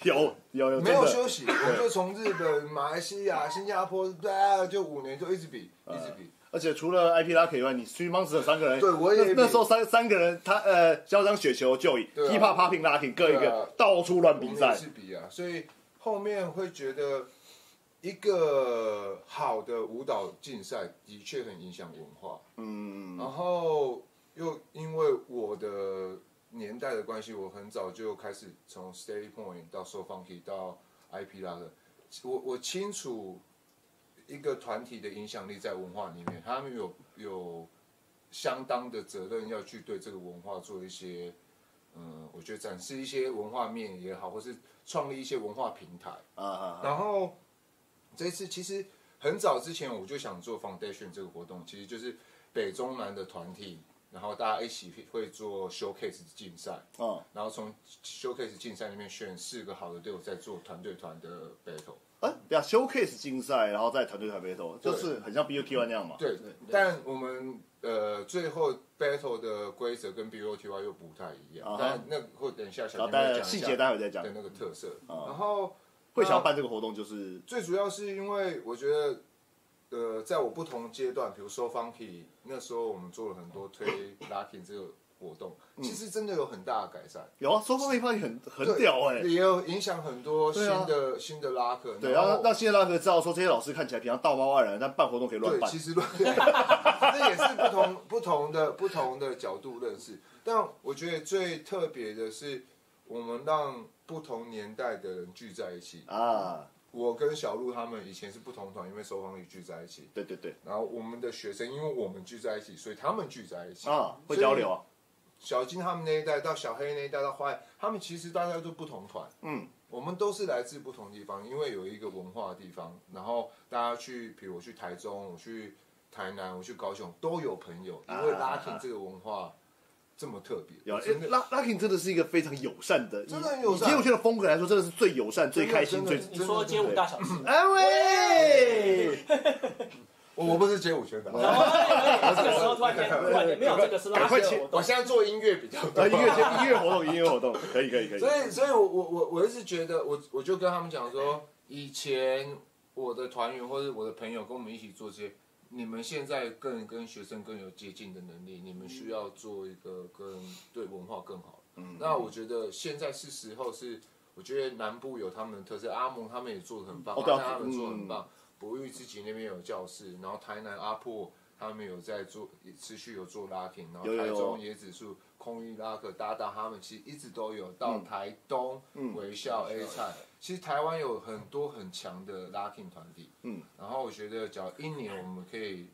Speaker 1: 有有有
Speaker 2: 没有
Speaker 1: 嗯真的
Speaker 2: 休息，我就从日本、马来西亚、新加坡，对啊，就五年就一直比，
Speaker 1: 嗯
Speaker 2: 一直比。
Speaker 1: 而且除了 IP 拉 K 以外，你 Three Monster 三个人，
Speaker 2: 对我也
Speaker 1: 那
Speaker 2: 比
Speaker 1: 那时候三三个人，他呃，嚣张雪球、就以
Speaker 2: 对啊
Speaker 1: Hip Hop Popping 拉 K 各一
Speaker 2: 对啊
Speaker 1: 个，到处乱
Speaker 2: 我
Speaker 1: 比
Speaker 2: 们
Speaker 1: 赛
Speaker 2: 也是比啊，所以后面会觉得一个好的舞蹈竞赛的确很影响文化。嗯，然后又因为我的年代的关系，我很早就开始从 Stay Point 到 So Funky 到 IP 拉的，我我清楚一个团体的影响力在文化里面，他们有有相当的责任要去对这个文化做一些。嗯，我觉得展示一些文化面也好，或是创立一些文化平台。
Speaker 1: 啊啊啊
Speaker 2: 然后这次其实很早之前我就想做 foundation 这个活动，其实就是北中南的团体，然后大家一起会做 showcase 竞赛，
Speaker 1: 哦！
Speaker 2: 然后从 showcase 竞赛里面选四个好的队伍，再做团队团的 battle。
Speaker 1: 哎，等一下 Showcase 竞赛，然后再团队团 battle，
Speaker 2: 对
Speaker 1: 就是很像 BUT One 那样嘛。
Speaker 2: 对，但我们呃最后 battle 的规则跟 BOTY 又不太一样
Speaker 1: 啊哈，
Speaker 2: 但那会等一下
Speaker 1: 然
Speaker 2: 小
Speaker 1: 后
Speaker 2: 金
Speaker 1: 待
Speaker 2: 会
Speaker 1: 会
Speaker 2: 讲
Speaker 1: 细
Speaker 2: 一
Speaker 1: 节
Speaker 2: 下
Speaker 1: 待会再讲
Speaker 2: 的。那个特色。
Speaker 1: 啊
Speaker 2: 然后
Speaker 1: 会想要办这个活动，就是
Speaker 2: 最主要是因为我觉得，呃，在我不同阶段，比如说 Funky 那时候，我们做了很多推 Lucky 这个活动，
Speaker 1: 嗯
Speaker 2: 其实真的有很大的改善，
Speaker 1: 有啊，收放一方也很很
Speaker 2: 对
Speaker 1: 屌哎。
Speaker 2: 也有影响很多新
Speaker 1: 对啊
Speaker 2: 的、新的拉客。
Speaker 1: 对，然啊后让现在拉 K 知道说，这些老师看起来平常道貌岸然，但办活动可以乱
Speaker 2: 对，
Speaker 1: 办
Speaker 2: 其。实乱，这也是不同不同的不同的角度认识。但我觉得最特别的是，我们让不同年代的人聚在一起。
Speaker 1: 啊，
Speaker 2: 我跟小鹿他们以前是不同团，因为收方力聚在一起。
Speaker 1: 对对对，
Speaker 2: 然后我们的学生，因为我们聚在一起，所以他们聚在一起
Speaker 1: 啊，会交流。
Speaker 2: 所以
Speaker 1: 啊。
Speaker 2: 小金他们那一代到小黑那一代到花，他们其实大家都不同团，
Speaker 1: 嗯，
Speaker 2: 我们都是来自不同地方，因为有一个文化的地方。然后大家去，比如我去台中，我去台南，我去高雄，都有朋友，因为
Speaker 1: 啊
Speaker 2: 拉丁这个文化这么特别，
Speaker 1: 有
Speaker 2: 我
Speaker 1: 哎
Speaker 2: 真的
Speaker 1: 拉拉 King 真的是一个非常友善的，以
Speaker 2: 真的很友善
Speaker 1: 以街舞圈的风格来说，真的是最友善、最
Speaker 2: 真的
Speaker 1: 开心、
Speaker 2: 真的
Speaker 1: 最
Speaker 4: 你说街舞大小事，
Speaker 1: 哎喂，
Speaker 2: 我我不是街舞
Speaker 1: [LAUGHS]
Speaker 2: 圈的，
Speaker 4: 然
Speaker 1: 哦
Speaker 4: 后这个时候突然间，突然间没有这个是拉
Speaker 1: 赶快
Speaker 4: 线
Speaker 1: 切
Speaker 4: 活动
Speaker 2: 我，现在做音乐比较多。
Speaker 1: 呃，音乐节音乐活动，音乐活动，可以可以可以。
Speaker 2: 所以，所以我我我我一直觉得，我我就跟他们讲说，以前我的团员或者我的朋友跟我们一起做这些，你们现在更跟学生更有接近的能力，你们需要做一个跟对文化更好。嗯，那我觉得现在是时候是，我觉得南部有他们的特色，阿蒙他们也做的很棒，
Speaker 1: 哦对啊
Speaker 2: 阿南他们做的很棒，博玉自己那边有教室，然后台南阿破。他们有在做，也持续有做拉丁，然后
Speaker 1: 有有
Speaker 2: 台
Speaker 1: 有
Speaker 2: 中椰子树、空运拉克、达达他们其实一直都有到台东、
Speaker 1: 嗯
Speaker 2: 嗯微笑 A 菜。其实台湾有很多很强的拉丁团体，
Speaker 1: 嗯，
Speaker 2: 然后我觉得只要一年我们可以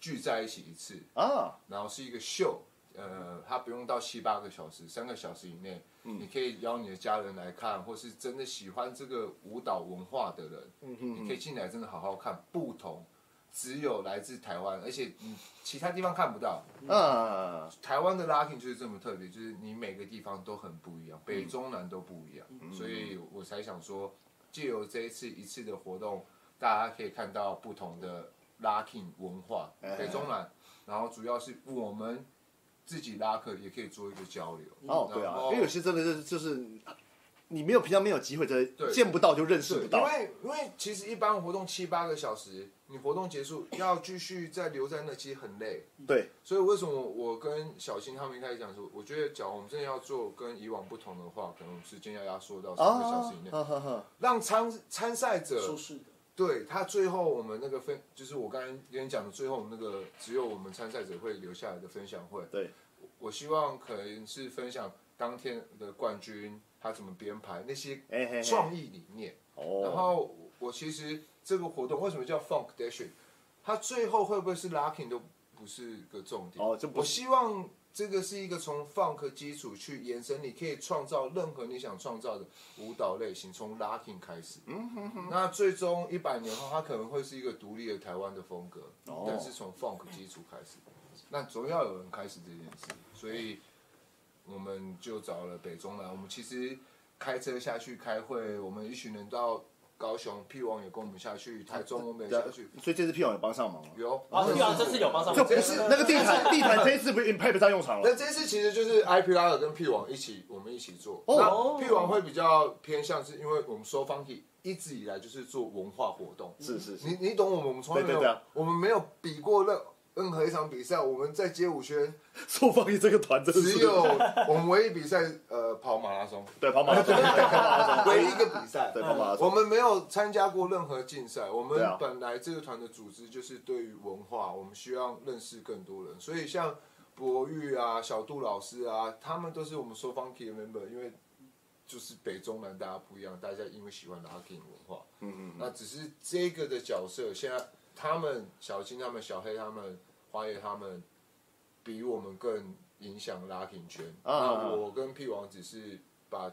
Speaker 2: 聚在一起一次，
Speaker 1: 啊，
Speaker 2: 然后是一个秀，呃，它不用到七八个小时，三个小时以内，
Speaker 1: 嗯
Speaker 2: 你可以邀你的家人来看，或是真的喜欢这个舞蹈文化的人，
Speaker 1: 嗯
Speaker 2: 你可以进来真的好好看，不同，只有来自台湾，而且你其他地方看不到，
Speaker 1: 啊，
Speaker 2: 台湾的 locking 就是这么特别，就是你每个地方都很不一
Speaker 1: 嗯
Speaker 2: 样，北中南都不一样，所以我才想说，借由这一次一次的活动，大家可以看到不同的 locking 文化，
Speaker 1: 哎
Speaker 2: 北中南，然后主要是我们自己拉客也可以做一个交流。
Speaker 1: 哦，对
Speaker 2: 然
Speaker 1: 啊，
Speaker 2: 后
Speaker 1: 因为有些真的是就是你没有平常没有机会，真的
Speaker 2: 对
Speaker 1: 见不到就认识
Speaker 2: 对，
Speaker 1: 不
Speaker 2: 因
Speaker 1: 到。
Speaker 2: 为因为其实一般活动七八个小时，你活动结束要继续再留在那，其实很累。
Speaker 1: 对，
Speaker 2: 所以为什么我跟小新他们一开始讲说，我觉得假如我们真的要做跟以往不同的话，可能我们时间要压缩到三个小
Speaker 1: 啊
Speaker 2: 时以，内，
Speaker 1: 哈哈哈，
Speaker 2: 让参参赛者
Speaker 4: 舒适的。
Speaker 2: 对他最后我们那个分，就是我刚才跟你讲的最后那个只有我们参赛者会留下来的分享会，
Speaker 1: 对，
Speaker 2: 我希望可能是分享当天的冠军他怎么编排那些
Speaker 1: 哎嘿嘿，
Speaker 2: 创意理念。然
Speaker 1: 哦，
Speaker 2: 后我其实这个活动为什么叫 Funk Dash？它最后会不会是 Locking 都不是个重点。
Speaker 1: 哦这不
Speaker 2: 我希望这个是一个从 Funk 基础去延伸，你可以创造任何你想创造的舞蹈类型，从 Locking 开始。嗯哼哼。那最终一百年后，它可能会是一个独立的台湾的风格，
Speaker 1: 哦
Speaker 2: 但是从 Funk 基础开始。那总要有人开始这件事，所以我们就找了北中南。我们其实开车下去开会，我们一群人到高雄，屁王也跟我们下去，台中我们也
Speaker 1: 对啊
Speaker 2: 下去。
Speaker 1: 所以这次票也帮上忙了。
Speaker 2: 有，
Speaker 4: 然后这次有帮上
Speaker 1: 这
Speaker 4: 忙，
Speaker 1: 不是那个地毯，地毯这一次不 impact 上用场了
Speaker 2: 那这次其实就是 IP 拉尔跟 P 王一起，我们一起做。
Speaker 1: 哦
Speaker 2: 哦，P 王会比较偏向是因为我们说 Funky 一直以来就是做文化活动，
Speaker 1: 是是是， [LAUGHS]
Speaker 2: 你你懂我们，我们从来没有，
Speaker 1: 对对对啊
Speaker 2: 我们没有比过任任何一场比赛，我们在街舞圈
Speaker 1: 受放逸这个团真的是
Speaker 2: 只
Speaker 1: [LAUGHS]
Speaker 2: 有我们唯一比赛呃跑马拉松，
Speaker 1: 对跑马拉松，
Speaker 2: 唯一一个比赛
Speaker 1: [LAUGHS] 对。跑马拉松，
Speaker 2: 我们没有参加过任何竞赛，我
Speaker 1: 啊对
Speaker 2: 们
Speaker 1: 啊
Speaker 2: 本来这个团的组织就是对于文化，我们希望认识更多人，所以像博玉啊、小杜老师啊，他们都是我们说 Funky 的 member，因为就是北中南大家不一样，大家因为喜欢 Locking 文化，
Speaker 1: 嗯嗯
Speaker 2: 那只是这个的角色，现在他们小金、他们小黑、他们花叶、他们比我们更影响拉丁圈。
Speaker 1: 啊啊啊
Speaker 2: 那我跟屁王只是把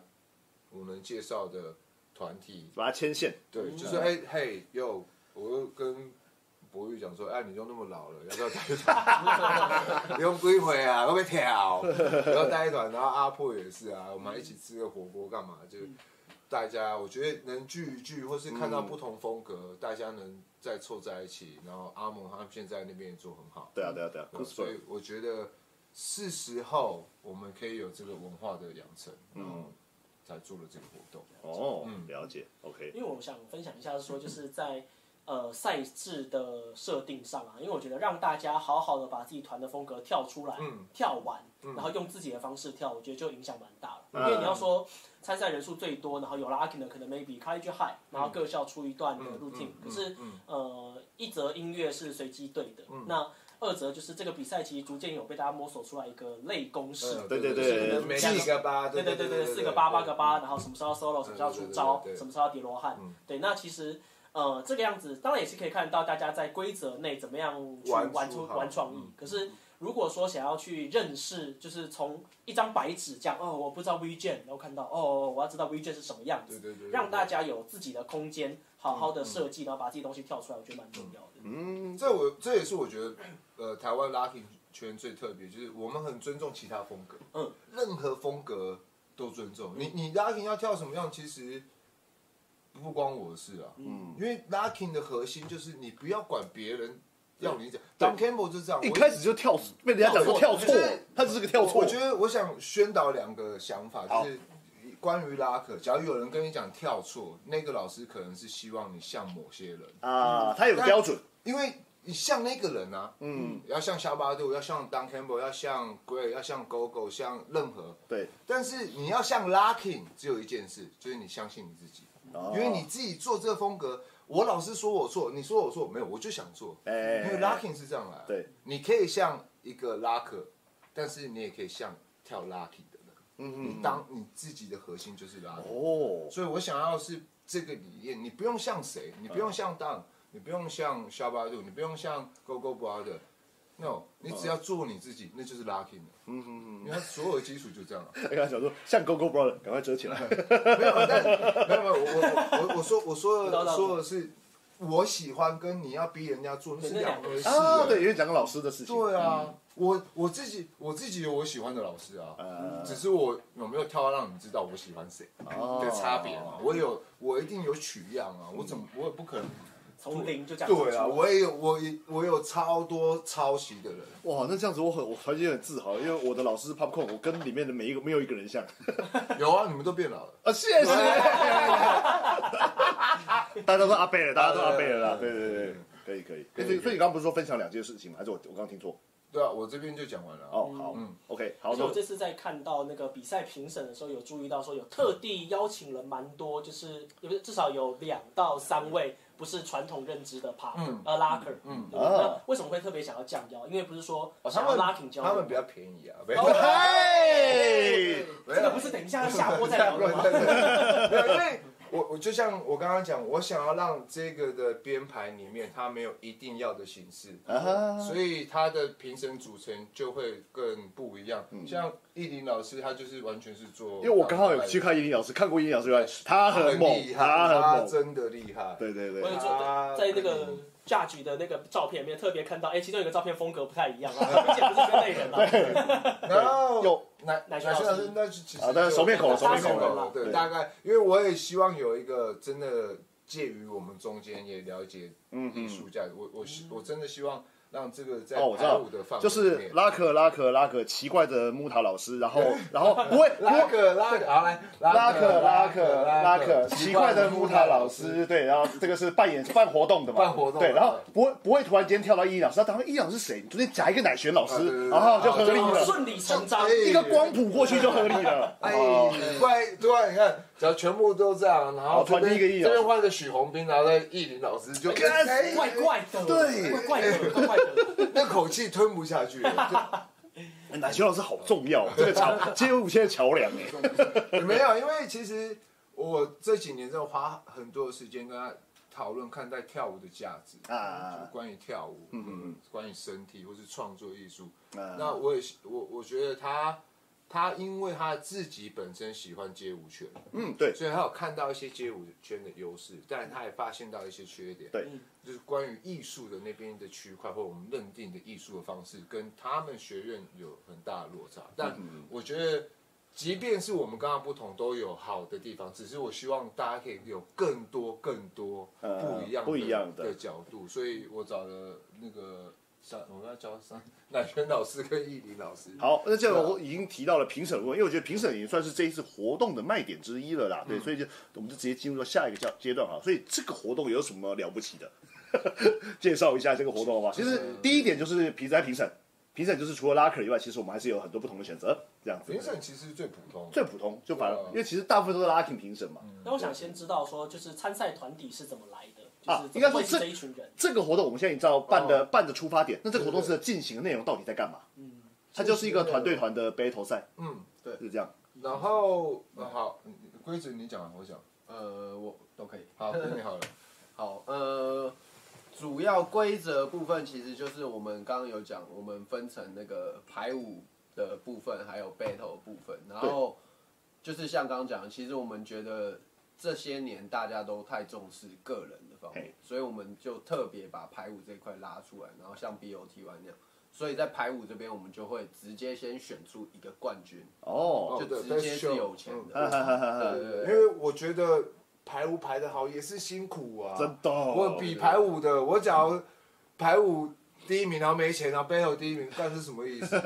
Speaker 2: 我能介绍的团体，
Speaker 1: 把它牵线，
Speaker 2: 对，就是哎嘿哟，我又跟博宇讲说，哎，你都那么老了，要不要带一团？ [LAUGHS] 你用归回啊，会不会跳？然后带一团，然后阿破也是啊，我们还一起吃个火锅干嘛？就大家，我觉得能聚一聚，或是看到不同风格，大家能再凑在一起。然后阿蒙他们现在那边也做很好，
Speaker 1: 对啊对啊对啊，
Speaker 2: 对所以我觉得是时候我们可以有这个文化的养成，然后才做了这个活动。
Speaker 1: 嗯哦
Speaker 2: 嗯，
Speaker 1: 了解，OK，
Speaker 4: 因为我想分享一下，说就是在呃赛制的设定上啊，因为我觉得让大家好好的把自己团的风格跳出来，
Speaker 2: 嗯
Speaker 4: 跳完，
Speaker 2: 嗯
Speaker 4: 然后用自己的方式跳，我觉得就影响蛮大了。
Speaker 1: 嗯
Speaker 4: 因为你要说参赛人数最多，然后有 locking 的可能 maybe 开一句 hi，然后各校出一段的
Speaker 2: 嗯
Speaker 4: routine，、
Speaker 2: 嗯
Speaker 4: 可是、
Speaker 2: 嗯
Speaker 4: 呃一则音乐是随机对的，那二则就是这个比赛其实逐渐有被大家摸索出来一个类公式。
Speaker 2: 嗯
Speaker 1: 对对对
Speaker 2: 就是每
Speaker 4: 像
Speaker 2: 几个八，
Speaker 4: 对对
Speaker 2: 对
Speaker 4: 对
Speaker 2: 对嗯
Speaker 4: 对，四个八八个八，然后什么时候 solo，什么时候出招
Speaker 2: 对对对对，对
Speaker 4: 什么时候要叠罗汉
Speaker 2: 嗯，
Speaker 4: 对，那其实呃这个样子，当然也是可以看到大家在规则内怎么样去
Speaker 2: 玩
Speaker 4: 玩
Speaker 2: 出
Speaker 4: 出
Speaker 2: 好
Speaker 4: 玩创意
Speaker 2: 嗯。
Speaker 4: 可是如果说想要去认识，就是从一张白纸这样，哦，我不知道 V g e n 然后看到哦，我要知道 V g e n 是什么样
Speaker 2: 对
Speaker 4: 子，
Speaker 2: 对对，嗯
Speaker 4: 让大
Speaker 2: 家。
Speaker 4: 家有自己的空间，好好的设计，然后把自己东西跳出来，我觉得蛮重要的。
Speaker 1: 嗯，
Speaker 2: 这我这也是我觉得，呃，台湾拉丁圈最特别，就是我们很尊重其他风格，
Speaker 4: 嗯，
Speaker 2: 任何风格都尊重。你你拉丁要跳什么样，其实不光我的事啊，嗯，因为拉丁的核心就是你不要管别人要你讲，Don Campbell 就这样，
Speaker 1: 嗯一
Speaker 2: 我
Speaker 1: 开始就跳被人家讲说跳错
Speaker 2: 我觉得，
Speaker 1: 他只是个跳
Speaker 2: 我
Speaker 1: 错
Speaker 2: 我。觉得我想宣导两个想法，
Speaker 1: 好
Speaker 2: 就是关于拉客。假如有人跟你讲跳错，那个老师可能是希望你像某些人，
Speaker 1: 啊，他有个标准，
Speaker 2: 因为你像那个人啊，嗯，要像小巴杜，要像 Don Campbell，要像 Gray，要像 Gogo，像任何。
Speaker 1: 对，
Speaker 2: 但是你要像 Larkin，只有一件事，就是你相信你自己，
Speaker 1: 哦
Speaker 2: 因为你自己做这个风格。我老师说我错，你说我错，没有，我就想做。
Speaker 1: 哎
Speaker 2: 因为 Larkin 是这样来的，
Speaker 1: 对，
Speaker 2: 你可以像一个拉克，但是你也可以像跳 Larkin 的人。嗯嗯，你当你自己的核心就是拉 a
Speaker 1: 哦，
Speaker 2: 所以我想要是这个理念，你不用像谁，你不用像 Don，你不用像肖巴杜，你不用像 Go Go Brother，no，你只要做你自己，那就是 Larkin 的。嗯嗯嗯，因为他所有的基础就这样了。
Speaker 1: 他跟他讲说像 Go Go Brother，赶快折起来。
Speaker 2: 没有，但没有没有，我我我我说我说
Speaker 4: 我知
Speaker 2: 的
Speaker 4: 道
Speaker 2: 说的是，我喜欢跟你要逼人家做那是两回事
Speaker 1: 啊，对，
Speaker 2: 对
Speaker 1: 因为讲个老师的事情。
Speaker 2: 对啊，我我自己我自己有我喜欢的老师啊，
Speaker 4: 呃
Speaker 2: 只是我有没有跳到让你知道我喜欢谁
Speaker 1: 哦
Speaker 2: 的差别
Speaker 4: 嗯
Speaker 2: 嘛，我有我一定有取样啊，我怎么我也不可能。
Speaker 4: 从零就这样
Speaker 2: 对啊，
Speaker 4: 做出来
Speaker 2: 我也有我也我有超多抄袭的人，
Speaker 1: 哇，那这样子我很我突然间很自豪，因为我的老师是 Popcorn，我跟里面的每一个没有一个人像。
Speaker 2: 有啊，你们都变老了。
Speaker 1: 啊，谢谢。 [LAUGHS] 大家都阿贝了，大家都阿贝了啦。对
Speaker 2: 对
Speaker 1: 对
Speaker 2: 对
Speaker 1: 对
Speaker 2: 对，
Speaker 1: 可以可以。
Speaker 2: 可以
Speaker 1: 所以所以你刚刚不是说分享两件事情吗？还是我我刚听错？
Speaker 2: 对啊，我这边就讲完了啊。
Speaker 1: 哦，好
Speaker 2: 嗯
Speaker 1: ，OK，好，
Speaker 4: 而且
Speaker 1: 那
Speaker 4: 我这次在看到那个比赛评审的时候，有注意到说有特地邀请了蛮多，就是有至少有两到三位不是传统认知的帕、
Speaker 2: 嗯
Speaker 4: 呃拉克，
Speaker 2: 嗯
Speaker 4: 对不对
Speaker 1: 啊
Speaker 4: 那为什么会特别想要降腰？因为不是说
Speaker 2: 哦
Speaker 4: 想
Speaker 2: 他
Speaker 4: 要
Speaker 2: 们
Speaker 4: 拉挺教
Speaker 2: 他
Speaker 4: 练
Speaker 2: 们比较便宜啊，没有，
Speaker 1: 哎嘿，
Speaker 2: 没
Speaker 4: 哦这个
Speaker 2: 有
Speaker 4: 不是等一下下播再聊的
Speaker 2: [LAUGHS]
Speaker 4: 吗？
Speaker 2: 没有，因为我我就像我刚刚讲，我想要让这个的编排里面它没有一定要的形式，
Speaker 4: 嗯
Speaker 1: 啊哈
Speaker 2: 所以它的评审组成就会更不一样。像易林老师，他就是完全是做，
Speaker 1: 嗯因为我刚好有去看叶林老师，看过叶林老师，原来他很猛，
Speaker 2: 厉害，
Speaker 1: 他很猛。
Speaker 2: 真的厉害。
Speaker 1: 对对
Speaker 4: 我有
Speaker 1: 对，
Speaker 4: 就
Speaker 2: 啊
Speaker 4: 在那个 judge 的那个照片里面特别看到，哎，其中有一个照片风格不太一样啊，明显不是圈内
Speaker 2: [LAUGHS]
Speaker 4: 人啊。
Speaker 2: 然后
Speaker 1: 有
Speaker 2: 奶奶
Speaker 4: 奶昔
Speaker 2: 昔
Speaker 4: 老师
Speaker 2: 老师，那就其实
Speaker 1: 啊但是
Speaker 2: 就
Speaker 1: 熟面孔
Speaker 2: 大概
Speaker 4: 熟面孔
Speaker 2: 了，对，
Speaker 1: 对
Speaker 2: 大概，因为我也希望有一个真的介于我们中间，也了解
Speaker 1: 嗯
Speaker 2: 艺术价值。我我希我真的希望让这个在
Speaker 1: 哦我知
Speaker 2: 排
Speaker 1: 道
Speaker 2: 舞的范围
Speaker 1: 就是
Speaker 2: 内
Speaker 1: 拉克拉克拉克奇怪的木塔老师，然后然后不会不
Speaker 2: 拉
Speaker 1: 会。
Speaker 2: 克拉克，好来
Speaker 1: 拉克拉克
Speaker 2: 克
Speaker 1: 拉克，
Speaker 2: 克，
Speaker 1: 奇怪的木塔老师，对，然后这个是扮演办活动的嘛，
Speaker 2: 办活动
Speaker 1: 对，
Speaker 2: 的
Speaker 1: 然后不会不会突然间跳到伊朗，他当伊朗是谁？你昨天夹一个奶玄老
Speaker 2: 啊对对
Speaker 1: 师，
Speaker 2: 对
Speaker 1: 然后就合理
Speaker 4: 哦
Speaker 1: 了，
Speaker 4: 顺理成章，
Speaker 2: 哎
Speaker 1: 一个光谱过去就合理 [LAUGHS] 了。
Speaker 2: 哎
Speaker 1: 哦，
Speaker 2: 不然突然你看，只要全部都这样，然
Speaker 1: 好
Speaker 2: 后这
Speaker 1: 哦团
Speaker 2: 边
Speaker 1: 结一个艺
Speaker 2: 这
Speaker 1: 人
Speaker 2: 边换个许宏斌，然后再艺林老师就
Speaker 1: 哎
Speaker 4: 怪怪的，
Speaker 1: 对
Speaker 4: 怪怪的，怪怪的。
Speaker 2: 那口气吞不下去了。 [LAUGHS]
Speaker 1: 奶玄老师好重要，这个桥街舞现在桥梁哎，
Speaker 2: 没有，因为其实我这几年真的花很多的时间跟他讨论看待跳舞的价值
Speaker 1: 啊
Speaker 2: 就是关于跳舞，嗯，关于身体或是创作艺术。
Speaker 1: 啊
Speaker 2: 那我也我我觉得他他因为他自己本身喜欢街舞圈，
Speaker 1: 嗯，对，
Speaker 2: 所以他有看到一些街舞圈的优势，但他也发现到一些缺点。
Speaker 1: 对，
Speaker 2: 就是关于艺术的那边的区块，或我们认定的艺术的方式，跟他们学院有很大的落差。但
Speaker 1: 嗯
Speaker 2: 我觉得，即便是我们刚刚不同，都有好的地方。只是我希望大家可以有更多、更多
Speaker 1: 呃
Speaker 2: 不一样、
Speaker 1: 不一样的
Speaker 2: 的角度。所以我找了那个三，我要叫三乃轩老师跟易林老师。
Speaker 1: 好，那这个我已经提到了评审问，因为我觉得评审也算是这一次活动的卖点之一了啦。对，所以就我们就直接进入到下一个阶阶段哈。所以这个活动有什么了不起的？ [LAUGHS] 介绍一下这个活动好不好？其实第一点就是比赛评审，评审就是除了拉克以外，其实我们还是有很多不同的选择，这样子。
Speaker 2: 评审其实最普通，
Speaker 1: 最普通就反而
Speaker 2: 对啊，
Speaker 1: 因为其实大部分都是拉丁评审嘛。
Speaker 4: 那我想先知道说，就是参赛团体是怎么来的，
Speaker 1: 啊
Speaker 4: 就是
Speaker 1: 应
Speaker 4: 怎
Speaker 1: 该
Speaker 4: 么
Speaker 1: 说
Speaker 4: 会是
Speaker 1: 这
Speaker 4: 这一群人？
Speaker 1: 这个活动我们现在已经知道办的办的出发点，那这个活动是进行的内容到底在干嘛？
Speaker 4: 嗯，
Speaker 1: 它就是一个团对团的 battle 赛，
Speaker 2: 嗯，对。
Speaker 1: 是这样。
Speaker 2: 然后、呃好，你规则你讲，我讲。
Speaker 5: 呃，我都可以。
Speaker 2: [LAUGHS] 好，那你好了。
Speaker 5: 好，呃，主要规则部分其实就是我们刚刚有讲，我们分成那个排舞的部分，还有 battle 的部分，然后就是像刚刚讲，其实我们觉得这些年大家都太重视个人的方面
Speaker 1: 嘿，
Speaker 5: 所以我们就特别把排舞这一块拉出来，然后像 BOT 玩那样。所以在排舞这边，我们就会直接先选出一个冠军，
Speaker 1: 哦，
Speaker 5: 就
Speaker 2: 哦对
Speaker 5: 直接
Speaker 2: best
Speaker 5: 是
Speaker 2: show，
Speaker 5: 有钱的。
Speaker 1: 哈哈哈哈哈
Speaker 5: 对对对
Speaker 2: 因
Speaker 5: [LAUGHS]
Speaker 2: 为我觉得排舞排的好也是辛苦啊，
Speaker 1: 真的
Speaker 2: 我比排舞的，我只要排舞第一名，然后没钱，然后 battle 第一名，但是什么意思？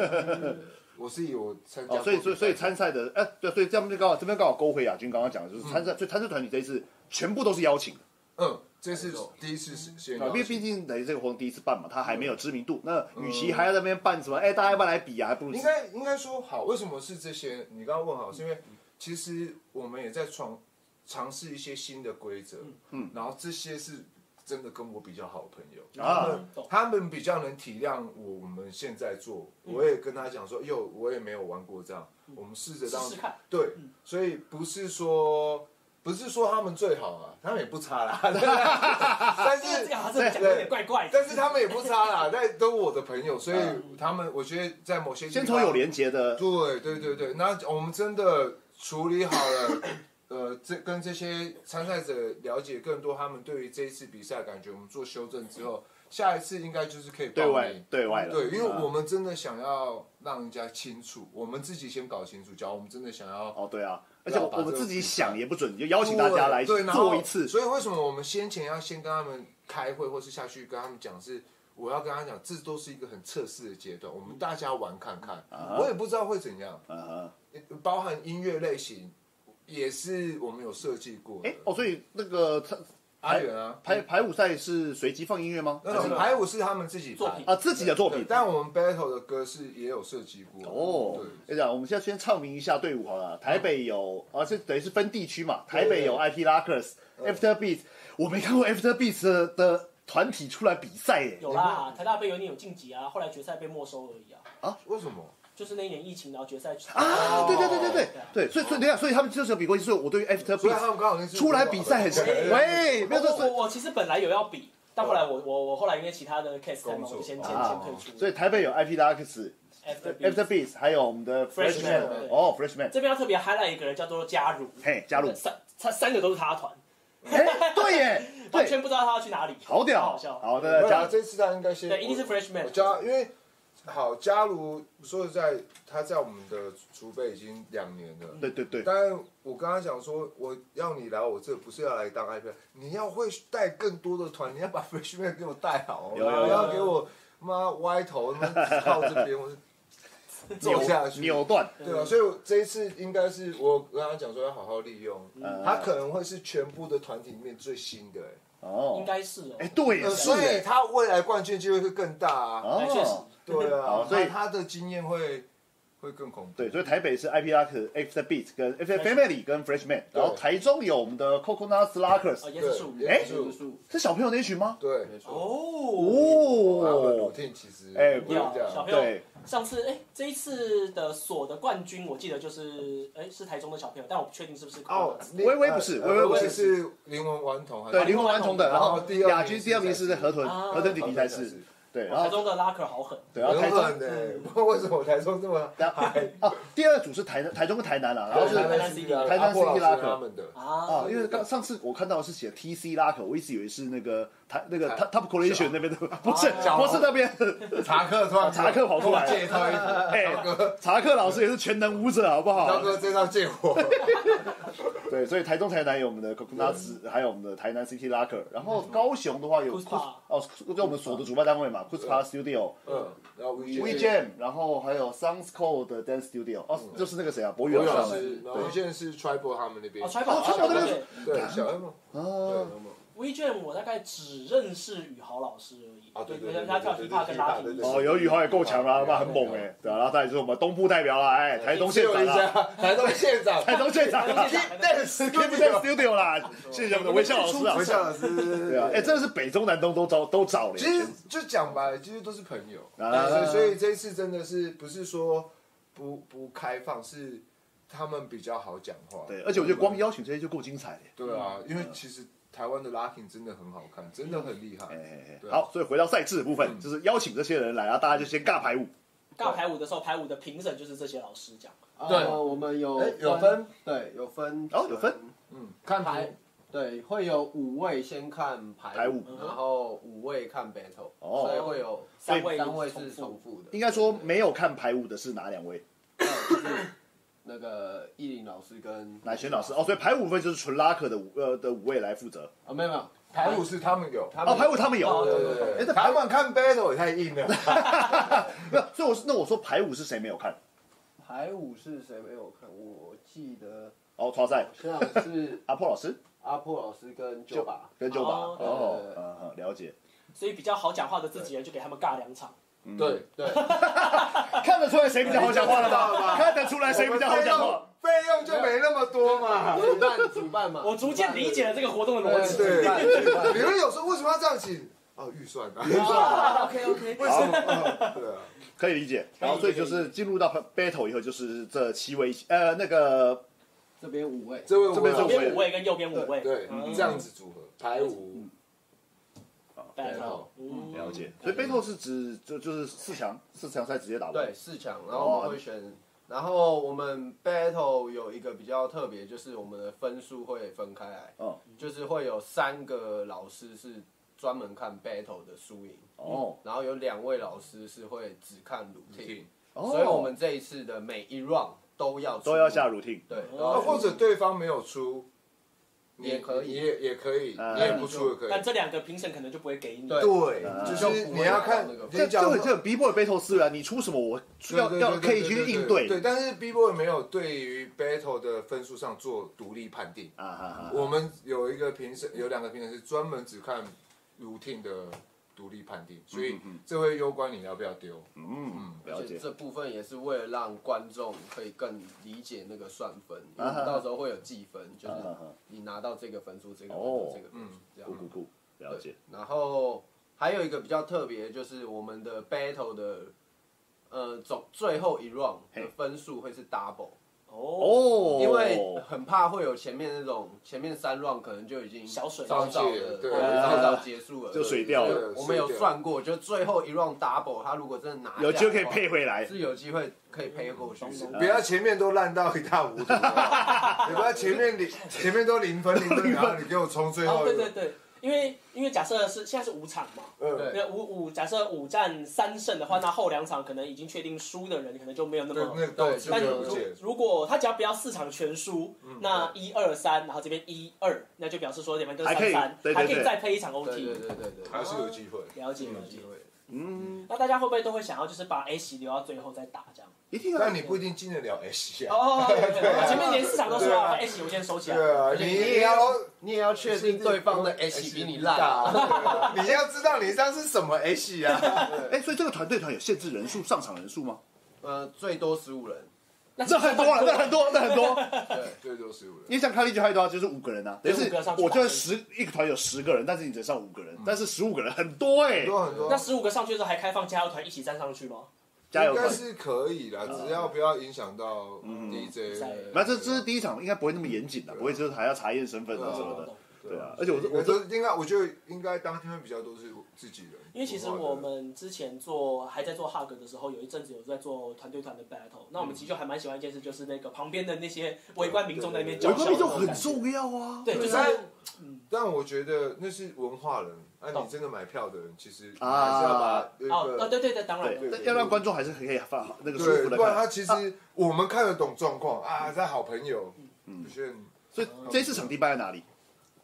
Speaker 2: 我是以我参加
Speaker 1: 哦，
Speaker 2: 过比
Speaker 1: 所
Speaker 2: 赛，
Speaker 1: 以所以所以参赛的，哎、对，所以这样就刚好这边刚好勾回亚军刚刚讲的，就是参赛，所以参赛团体这一次全部都是邀请的，
Speaker 2: 嗯，这是第一次先
Speaker 1: 因啊为毕竟等于这个活动第一次办嘛，他还没有知名度，那与其还在那边办什么，哎、大家要不要来比啊，还不如
Speaker 2: 嗯应该应该说好，为什么是这些？你刚刚问好，是因为其实我们也在创尝试一些新的规则，嗯，然后这些是真的跟我比较好的朋友，
Speaker 1: 啊
Speaker 4: 嗯懂
Speaker 2: 他们比较能体谅我们现在做，
Speaker 4: 嗯
Speaker 2: 我也跟他讲说，哟，我也没有玩过这样，我们试着这样
Speaker 4: 试试看嗯
Speaker 2: 对，所以不是说不是说他们最好啊，他们也不差
Speaker 4: [LAUGHS]
Speaker 2: 啦，但
Speaker 4: 这个
Speaker 2: 是
Speaker 4: 这个好像讲得有点怪怪的，
Speaker 2: 但是他们也不差啦，但都我的朋友，所以他们我觉得在某些地
Speaker 1: 先
Speaker 2: 方
Speaker 1: 从有连结的，
Speaker 2: 对对对对，那我们真的处理好了，呃，这跟这些参赛者了解更多，他们对于这一次比赛的感觉，我们做修正之后，下一次应该就是可以
Speaker 1: 对
Speaker 2: 报
Speaker 1: 外
Speaker 2: 名。
Speaker 1: 对外了，
Speaker 2: 对，因为
Speaker 1: 啊
Speaker 2: 我们真的想要让人家清楚，我们自己先搞清楚。假如我们真的想要
Speaker 1: 哦对啊，而
Speaker 2: 要
Speaker 1: 且我
Speaker 2: 把这
Speaker 1: 们
Speaker 2: 个
Speaker 1: 自己
Speaker 2: 比赛
Speaker 1: 想也不准，你就邀请大家来
Speaker 2: 对对然后
Speaker 1: 做一次，
Speaker 2: 所以为什么我们先前要先跟他们开会，或是下去跟他们讲是？我要跟他讲，这都是一个很测试的阶段，我们大家玩看看。我也不知道会怎样，
Speaker 1: 啊哈。
Speaker 2: 包含音乐类型，也是我们有设计过的。
Speaker 1: 哎、哦，所以那个他
Speaker 2: 阿远啊，
Speaker 1: 排排舞赛是随机放音乐吗？
Speaker 2: 那种排舞是他们自己
Speaker 4: 作
Speaker 2: 排
Speaker 4: 品
Speaker 1: 啊，自己的作品
Speaker 2: 对。但我们 battle 的歌是也有设计过的
Speaker 1: 哦
Speaker 2: 对，
Speaker 1: 这样我们现在先唱名一下队伍好了。台北有，啊，这等于是分地区嘛。台北有 IP Lockers、After Beat，我没看过 After Beat 的的团体出来比赛耶。
Speaker 4: 有啦，台大杯有一年有晋级啊，后来决赛被没收而已啊，
Speaker 2: 为什么？
Speaker 4: 就是那一年疫情，然后决赛
Speaker 1: 啊，对对对对对
Speaker 4: 啊
Speaker 1: 对，所以所以等一下，所以他们就是有比过，所以我对于 After
Speaker 2: 所以他
Speaker 1: Beat
Speaker 2: 们刚好那次
Speaker 1: 出来比赛很喂，没有
Speaker 4: 我
Speaker 1: 说
Speaker 4: 我我其实本来有要比，但后来我我我后来因为其他的 case 在忙，我就先先先退出。
Speaker 1: 所以台北有 IP Lockers、
Speaker 4: after Beat
Speaker 1: After Beat，还有我们的
Speaker 4: Freshman，
Speaker 1: Freshman，
Speaker 4: 对
Speaker 1: 哦 Freshman，
Speaker 4: 这边要特别 highlight 一个人，叫做嘉如，
Speaker 1: 嘿，加入，
Speaker 4: 三他三个都是他的团，
Speaker 1: 哎，对耶，
Speaker 4: 完
Speaker 1: 对，
Speaker 4: 全不知道他要去哪里，
Speaker 1: 好屌，
Speaker 4: 超好笑。
Speaker 1: 好
Speaker 2: 没
Speaker 1: 的，
Speaker 2: 有
Speaker 1: 加
Speaker 2: 啦这次他应该先
Speaker 4: 对，一定是
Speaker 2: 我
Speaker 4: freshman。
Speaker 2: 加，因为好，假如说实在，他在我们的储备已经两年了。
Speaker 1: 对对对，
Speaker 2: 但我刚刚讲说，我要你来我这，不是要来当 IP，你要会带更多的团，你要把 freshman 给我带好，哦
Speaker 1: 有有有
Speaker 2: 不要给我妈歪头，他妈只靠这边，我是
Speaker 1: [LAUGHS]
Speaker 2: 走下去。
Speaker 1: 扭断，
Speaker 2: 对啊，所以我这一次应该是我跟他讲说要好好利用，
Speaker 1: 呃
Speaker 2: 他可能会是全部的团体里面最新的、欸，
Speaker 1: 哦，
Speaker 4: 应该是哦
Speaker 1: 哎，，对耶，
Speaker 2: 呃
Speaker 1: 是
Speaker 2: 所以
Speaker 1: 耶
Speaker 2: 他未来冠军机会会更大啊，
Speaker 4: 哎确实
Speaker 1: 哦，
Speaker 2: 对啊
Speaker 1: [LAUGHS] 好，所
Speaker 2: 所
Speaker 1: 以
Speaker 2: 以他的经验会会更恐怖，
Speaker 1: 对，所以台北是 IP Lock、After Beat 跟 After Family 跟 Freshman，然后台中有我们的 Coconut
Speaker 4: 哦
Speaker 1: Slackers，
Speaker 4: 椰
Speaker 2: 对，
Speaker 4: 子树，
Speaker 1: 哎
Speaker 2: 椰子树，
Speaker 5: 数
Speaker 1: 是小朋友那一群吗？
Speaker 2: 对，啊
Speaker 5: 没错，
Speaker 4: 哦，
Speaker 1: 哦
Speaker 2: 我，听其实
Speaker 1: 哎
Speaker 2: 不
Speaker 1: 不
Speaker 2: 是
Speaker 1: 要
Speaker 2: 这
Speaker 4: 小
Speaker 2: 样
Speaker 4: 朋，友
Speaker 1: 对，
Speaker 4: 上次哎，这一次的所的冠军，我记得就是哎是台中的小朋友，但我不确定是不是。
Speaker 2: 哦，另
Speaker 1: 微微不是
Speaker 2: 呃
Speaker 1: 微微不是
Speaker 2: 是灵魂顽童还是，
Speaker 1: 对，灵魂顽童的，然
Speaker 2: 然后
Speaker 1: 后
Speaker 2: 第二
Speaker 1: 亚
Speaker 2: 名
Speaker 1: 军
Speaker 2: 是哦
Speaker 1: 第二名是河豚，
Speaker 4: 啊
Speaker 1: 河豚弟弟才是，对，然
Speaker 4: 哦台
Speaker 1: 后
Speaker 4: 中的拉克好狠，
Speaker 1: 对，然后台
Speaker 2: 很狠
Speaker 1: 中。嗯
Speaker 2: 的、为什么台中这么
Speaker 1: 然后 [LAUGHS] 哦，第二组是台台中跟台南啦，啊然后
Speaker 2: 哦
Speaker 1: 是
Speaker 4: 台南
Speaker 1: 台南 CD 拉克
Speaker 2: 他们的
Speaker 4: 啊
Speaker 1: 啊，因为刚上次我看到是写 T C 拉口，我一直以为是那个台那个 Top Top Collection 那边的，不是
Speaker 2: 小
Speaker 1: 不是那边，
Speaker 2: 查克突然
Speaker 1: 查克跑出来了
Speaker 2: 跟我借套衣
Speaker 1: [LAUGHS]
Speaker 2: 服，
Speaker 1: 哎，查克老师也是全能舞者，好不
Speaker 2: 刀
Speaker 1: 好？
Speaker 2: 哥这套借我，
Speaker 1: [LAUGHS] 对，所以台中、台南有我们的 Coconuts，还有我们的台南 City Locker，然后高雄的话有
Speaker 4: Kuzpa
Speaker 1: 哦，就我们所的主办单位嘛，Kuzpa Studio、
Speaker 2: 嗯，然后
Speaker 1: We Jam，然后还有 Sounds Cold 的 Dance Studio，哦，就是那个谁啊，博宇
Speaker 2: 刘
Speaker 1: 老
Speaker 2: 老
Speaker 1: 师
Speaker 2: 师，，然后现在是 Tribal 他们那边
Speaker 4: 哦，，川宝，
Speaker 1: 哦川宝那边
Speaker 4: 对
Speaker 2: 对小 M
Speaker 1: 啊，
Speaker 4: 微卷我大概只认识宇豪老师而已，
Speaker 2: 啊对对
Speaker 4: 因为
Speaker 2: 对
Speaker 4: 他跳
Speaker 2: 对对
Speaker 4: hip hop 跟拉
Speaker 2: 对
Speaker 4: 丁
Speaker 2: 对
Speaker 4: 舞，
Speaker 2: 对
Speaker 1: 哦，有宇豪也够强啦，他妈很猛哎、对啊，然后再来就是我们东部代表啦，哎，台中县长啦，
Speaker 2: 台东县长，
Speaker 1: 台中县长啦
Speaker 4: 台中县长
Speaker 1: ，Dance Dance Studio 啦，谢谢我们的 [LAUGHS] 微笑老师
Speaker 2: [LAUGHS] 回
Speaker 1: 啊，
Speaker 2: 校老师，
Speaker 1: 对啊，哎，真的是北中南东都招都找了耶，
Speaker 2: 其实就讲白了，其实都是朋友。
Speaker 1: 啊
Speaker 2: 所以所以这一次真的是不是说不不开放，是他们比较好讲话。
Speaker 1: 对，而且我觉得光邀请这些就够精彩了耶。
Speaker 2: 对啊，因为其实台湾的 locking 真的很好看，真的很厉害。
Speaker 1: 哎
Speaker 2: 对啊
Speaker 1: 好，所以回到赛制的部分，就是邀请这些人来，然后啊大家就先尬排舞。
Speaker 4: 尬排舞的时候，排舞的评审就是这些老师讲，
Speaker 2: 对
Speaker 5: 呃我们有
Speaker 2: 哎有分，
Speaker 5: 对，有分，
Speaker 1: 哦有分，
Speaker 2: 嗯，看牌
Speaker 5: 对，会有五位先看排
Speaker 1: 排舞
Speaker 5: 然后五位看 battle，
Speaker 1: 哦
Speaker 5: 所以会有
Speaker 4: 三位
Speaker 5: 三位
Speaker 4: 重
Speaker 5: 是
Speaker 4: 复
Speaker 5: 重复的，
Speaker 1: 应该说没有看排舞的是哪两位？
Speaker 5: 那个艺林老师跟啊
Speaker 1: 哦乃璇老师哦，所以排舞部分就是纯拉克的五呃的五位来负责。
Speaker 5: 啊，没有没有，
Speaker 2: 排舞是他们有，
Speaker 5: 他
Speaker 1: 哦，
Speaker 5: 们
Speaker 1: 排舞他们有，
Speaker 4: 哦
Speaker 2: 对对对
Speaker 1: 哎那
Speaker 2: 对，他们看 battle 也太硬了，
Speaker 1: 没有？所以我是那我说排舞是谁没有看？
Speaker 5: 排舞是谁没有看？我记得
Speaker 1: 哦，超赛
Speaker 5: 好像是
Speaker 1: 阿破老师
Speaker 5: 阿破老师跟九把，
Speaker 1: 跟九把
Speaker 4: 哦
Speaker 1: 哦
Speaker 5: 对对，对
Speaker 1: 嗯嗯，了解，
Speaker 4: 所以比较好讲话的自己人就给他们尬两场。
Speaker 5: 对
Speaker 1: [LAUGHS]
Speaker 5: 对，
Speaker 1: 看得出来谁比较好讲话了
Speaker 2: 你就知道
Speaker 1: 吧？
Speaker 2: 了吧
Speaker 1: [LAUGHS] 看得出来 [LAUGHS] 谁比较好讲话？
Speaker 2: 费用就没那么多嘛。
Speaker 5: 主办主办嘛，
Speaker 4: 我逐渐理解了这个活动的逻辑。
Speaker 2: 对
Speaker 5: 主办主办，
Speaker 2: 你们有时候为什么要这样请？哦，预算啊，预算，
Speaker 4: OK OK，
Speaker 2: 为什么？嗯对啊，
Speaker 1: 可以理解。然后所以就是进入到 battle 以后，就是这七位一起呃那个
Speaker 5: 这边五位，
Speaker 2: 这位我
Speaker 1: 这边是
Speaker 4: 左
Speaker 1: 我
Speaker 4: 边五位跟右边五位。
Speaker 2: 对
Speaker 4: 嗯
Speaker 2: 这样子组合排舞，
Speaker 4: 对
Speaker 2: 好
Speaker 4: 嗯
Speaker 1: 了解，所以 battle 是指就就是四强四强赛直接打完。
Speaker 5: 对，四强，然后
Speaker 1: 哦
Speaker 5: 我们会选，然后我们 battle 有一个比较特别，就是我们的分数会分开来，
Speaker 1: 嗯
Speaker 5: 就是会有三个老师是专门看 battle 的输赢，
Speaker 1: 哦
Speaker 5: 然后有两位老师是会只看 routine，
Speaker 1: 哦，
Speaker 5: 所以我们这一次的每一 round 都要出
Speaker 1: 都要下 routine。
Speaker 5: 对，
Speaker 4: 哦
Speaker 5: 然
Speaker 2: 啊
Speaker 5: 后
Speaker 2: 或者对方没有出，你
Speaker 5: 也可以
Speaker 2: 你也也可以，
Speaker 1: 呃
Speaker 2: 你也不出也可
Speaker 4: 但
Speaker 2: 以。
Speaker 4: 这两个评审可能就不会给你。
Speaker 5: 对
Speaker 1: 呃
Speaker 2: 对，就
Speaker 5: 就是不
Speaker 2: 你
Speaker 5: 会
Speaker 2: 要
Speaker 5: 有
Speaker 2: 看
Speaker 5: 那个
Speaker 1: 这
Speaker 2: 你
Speaker 1: 这
Speaker 2: 讲
Speaker 1: 个
Speaker 2: 什
Speaker 1: 这
Speaker 2: 么
Speaker 1: 个 B boy battle 是啊，你出什么我要
Speaker 2: 对对
Speaker 1: 要
Speaker 2: 对
Speaker 1: 可以
Speaker 2: 对
Speaker 1: 去
Speaker 2: 对
Speaker 1: 应
Speaker 2: 对。
Speaker 1: 对
Speaker 2: 但是 B boy 没有对于 battle 的分数上做独立判定。
Speaker 1: 啊啊啊！
Speaker 2: 我们有一个评审，有两个评审是专门只看 routine 的独立判定，所以这会攸关你要不要丢。
Speaker 1: 嗯，了
Speaker 5: 而
Speaker 1: 解
Speaker 5: 且。这部分也是为了让观众可以更理解那个算分，因为我们到时候会有计分，就是
Speaker 1: 啊哈
Speaker 5: 你拿到这个分数，这个分
Speaker 1: 哦
Speaker 5: 数，这个分数
Speaker 2: 嗯，
Speaker 5: 这样
Speaker 1: 酷。酷酷，了解。
Speaker 5: 然后还有一个比较特别，就是我们的 battle 的呃总最后一 round
Speaker 1: 嘿
Speaker 5: 的分数会是 double，
Speaker 4: 哦，
Speaker 1: 哦，
Speaker 5: 因为很怕会有前面那种前面三 round 可能就已经
Speaker 4: 小水
Speaker 5: 早早
Speaker 2: 上去
Speaker 5: 的
Speaker 2: 对
Speaker 5: 早早结束了，
Speaker 1: 就水掉了
Speaker 5: 对我们有算过，就最后一 round double，他如果真的拿
Speaker 1: 有
Speaker 5: 下
Speaker 1: 就可以
Speaker 5: 的话
Speaker 1: 配回来。
Speaker 5: 是有机会可以配过去的。
Speaker 2: 不要前面都烂到一塌糊涂，你不要前面零前面都零分零分，然后你给我冲最
Speaker 4: 哦，
Speaker 2: 后
Speaker 4: 对
Speaker 2: 一
Speaker 4: 对
Speaker 2: 个，
Speaker 4: 对，因为因为假设是现在是五场嘛，
Speaker 2: 嗯，
Speaker 5: 对
Speaker 4: 那五五假设五战三胜的话，那后两场可能已经确定输的人，可能就没有那
Speaker 2: 那
Speaker 4: 么。
Speaker 2: 那都是
Speaker 5: 对
Speaker 4: 但
Speaker 5: 就
Speaker 2: 了
Speaker 4: 如
Speaker 5: 了
Speaker 2: 解。
Speaker 4: 如果他只要不要四场全输，那一二三，然后这边一二，那就表示说你们跟
Speaker 1: 还可
Speaker 4: 三
Speaker 1: 以
Speaker 4: 三
Speaker 1: 对对
Speaker 4: 还可以
Speaker 1: 对
Speaker 4: 再配一场
Speaker 5: 对对
Speaker 4: OT。
Speaker 5: 对对对，
Speaker 2: 还是有机会，
Speaker 4: 了解
Speaker 5: 有
Speaker 4: 了
Speaker 5: 机
Speaker 4: 解。
Speaker 5: 会。
Speaker 1: 嗯，
Speaker 4: 那大家会不会都会想要就是把 A 席留到最后再打这样？
Speaker 1: 一定啊要
Speaker 2: 但。你不一定进得了 S 啊。
Speaker 4: 哦，对对对
Speaker 2: 啊
Speaker 4: 前面连市场都说
Speaker 2: 对
Speaker 4: 了
Speaker 2: 啊
Speaker 4: 把 A 席我先收起来。
Speaker 2: 对啊，
Speaker 5: 且
Speaker 2: 你
Speaker 5: 你
Speaker 2: 也
Speaker 5: 也
Speaker 2: 要
Speaker 5: 要你也要确定对方的 H 比你烂啊。
Speaker 2: 啊，对啊你要知道你这样是什么 S 啊。
Speaker 1: 哎，所以这个团队团有限制人数、上场人数吗？
Speaker 5: 呃，最多十五人。
Speaker 4: 那
Speaker 1: 这很多了，这很多，这很多。
Speaker 5: 对，
Speaker 2: 最多十五人。
Speaker 1: 你想看 l 就还有多少？就是五个人啊。
Speaker 4: 对
Speaker 1: 等于
Speaker 4: 五个
Speaker 1: 是
Speaker 4: 上去
Speaker 1: 我
Speaker 4: 打
Speaker 1: 就是十一个团有十个人，但是你只上五个人，但是十五个人很多哎
Speaker 2: 很。多很多，
Speaker 4: 那十五个上去的时候还开放加油团一起站上去吗？
Speaker 1: 加油
Speaker 2: 应该
Speaker 1: 团！
Speaker 2: 是可以啦，只要不要影响到 DJ
Speaker 4: 在。
Speaker 1: 那这这是第一场，应该不会那么严谨的，不会就是还要查验身份啊什么的。对啊，而且我这
Speaker 2: 我
Speaker 1: 我这
Speaker 2: 都应该，我觉得应该当天会比较多是自己人。
Speaker 4: 因为其实我们之前做还在做 hug 的时候，有一阵子有在做团队团的 battle，那我
Speaker 2: 嗯
Speaker 4: 们其实就还蛮喜欢一件事，就是那个旁边的那些围观民众在那边叫
Speaker 1: 围
Speaker 4: 嚣，
Speaker 1: 观民众很，重要啊。
Speaker 4: 对， [LAUGHS] 就是
Speaker 2: 但但我觉得那是文化人，那你真的买票的人，其实还是
Speaker 1: 啊
Speaker 2: 要把那
Speaker 4: 哦
Speaker 2: 个
Speaker 4: 哦对对对，当然
Speaker 1: 对，
Speaker 4: 了，
Speaker 1: 但要让观众还是可以放好那个舒
Speaker 2: 对，
Speaker 1: 服的
Speaker 2: 不然
Speaker 1: 看。
Speaker 2: 他其
Speaker 4: 啊
Speaker 2: 实我们看得懂状况啊，在好朋友，
Speaker 4: 嗯
Speaker 2: 有些人
Speaker 1: 所以这次场地办在哪里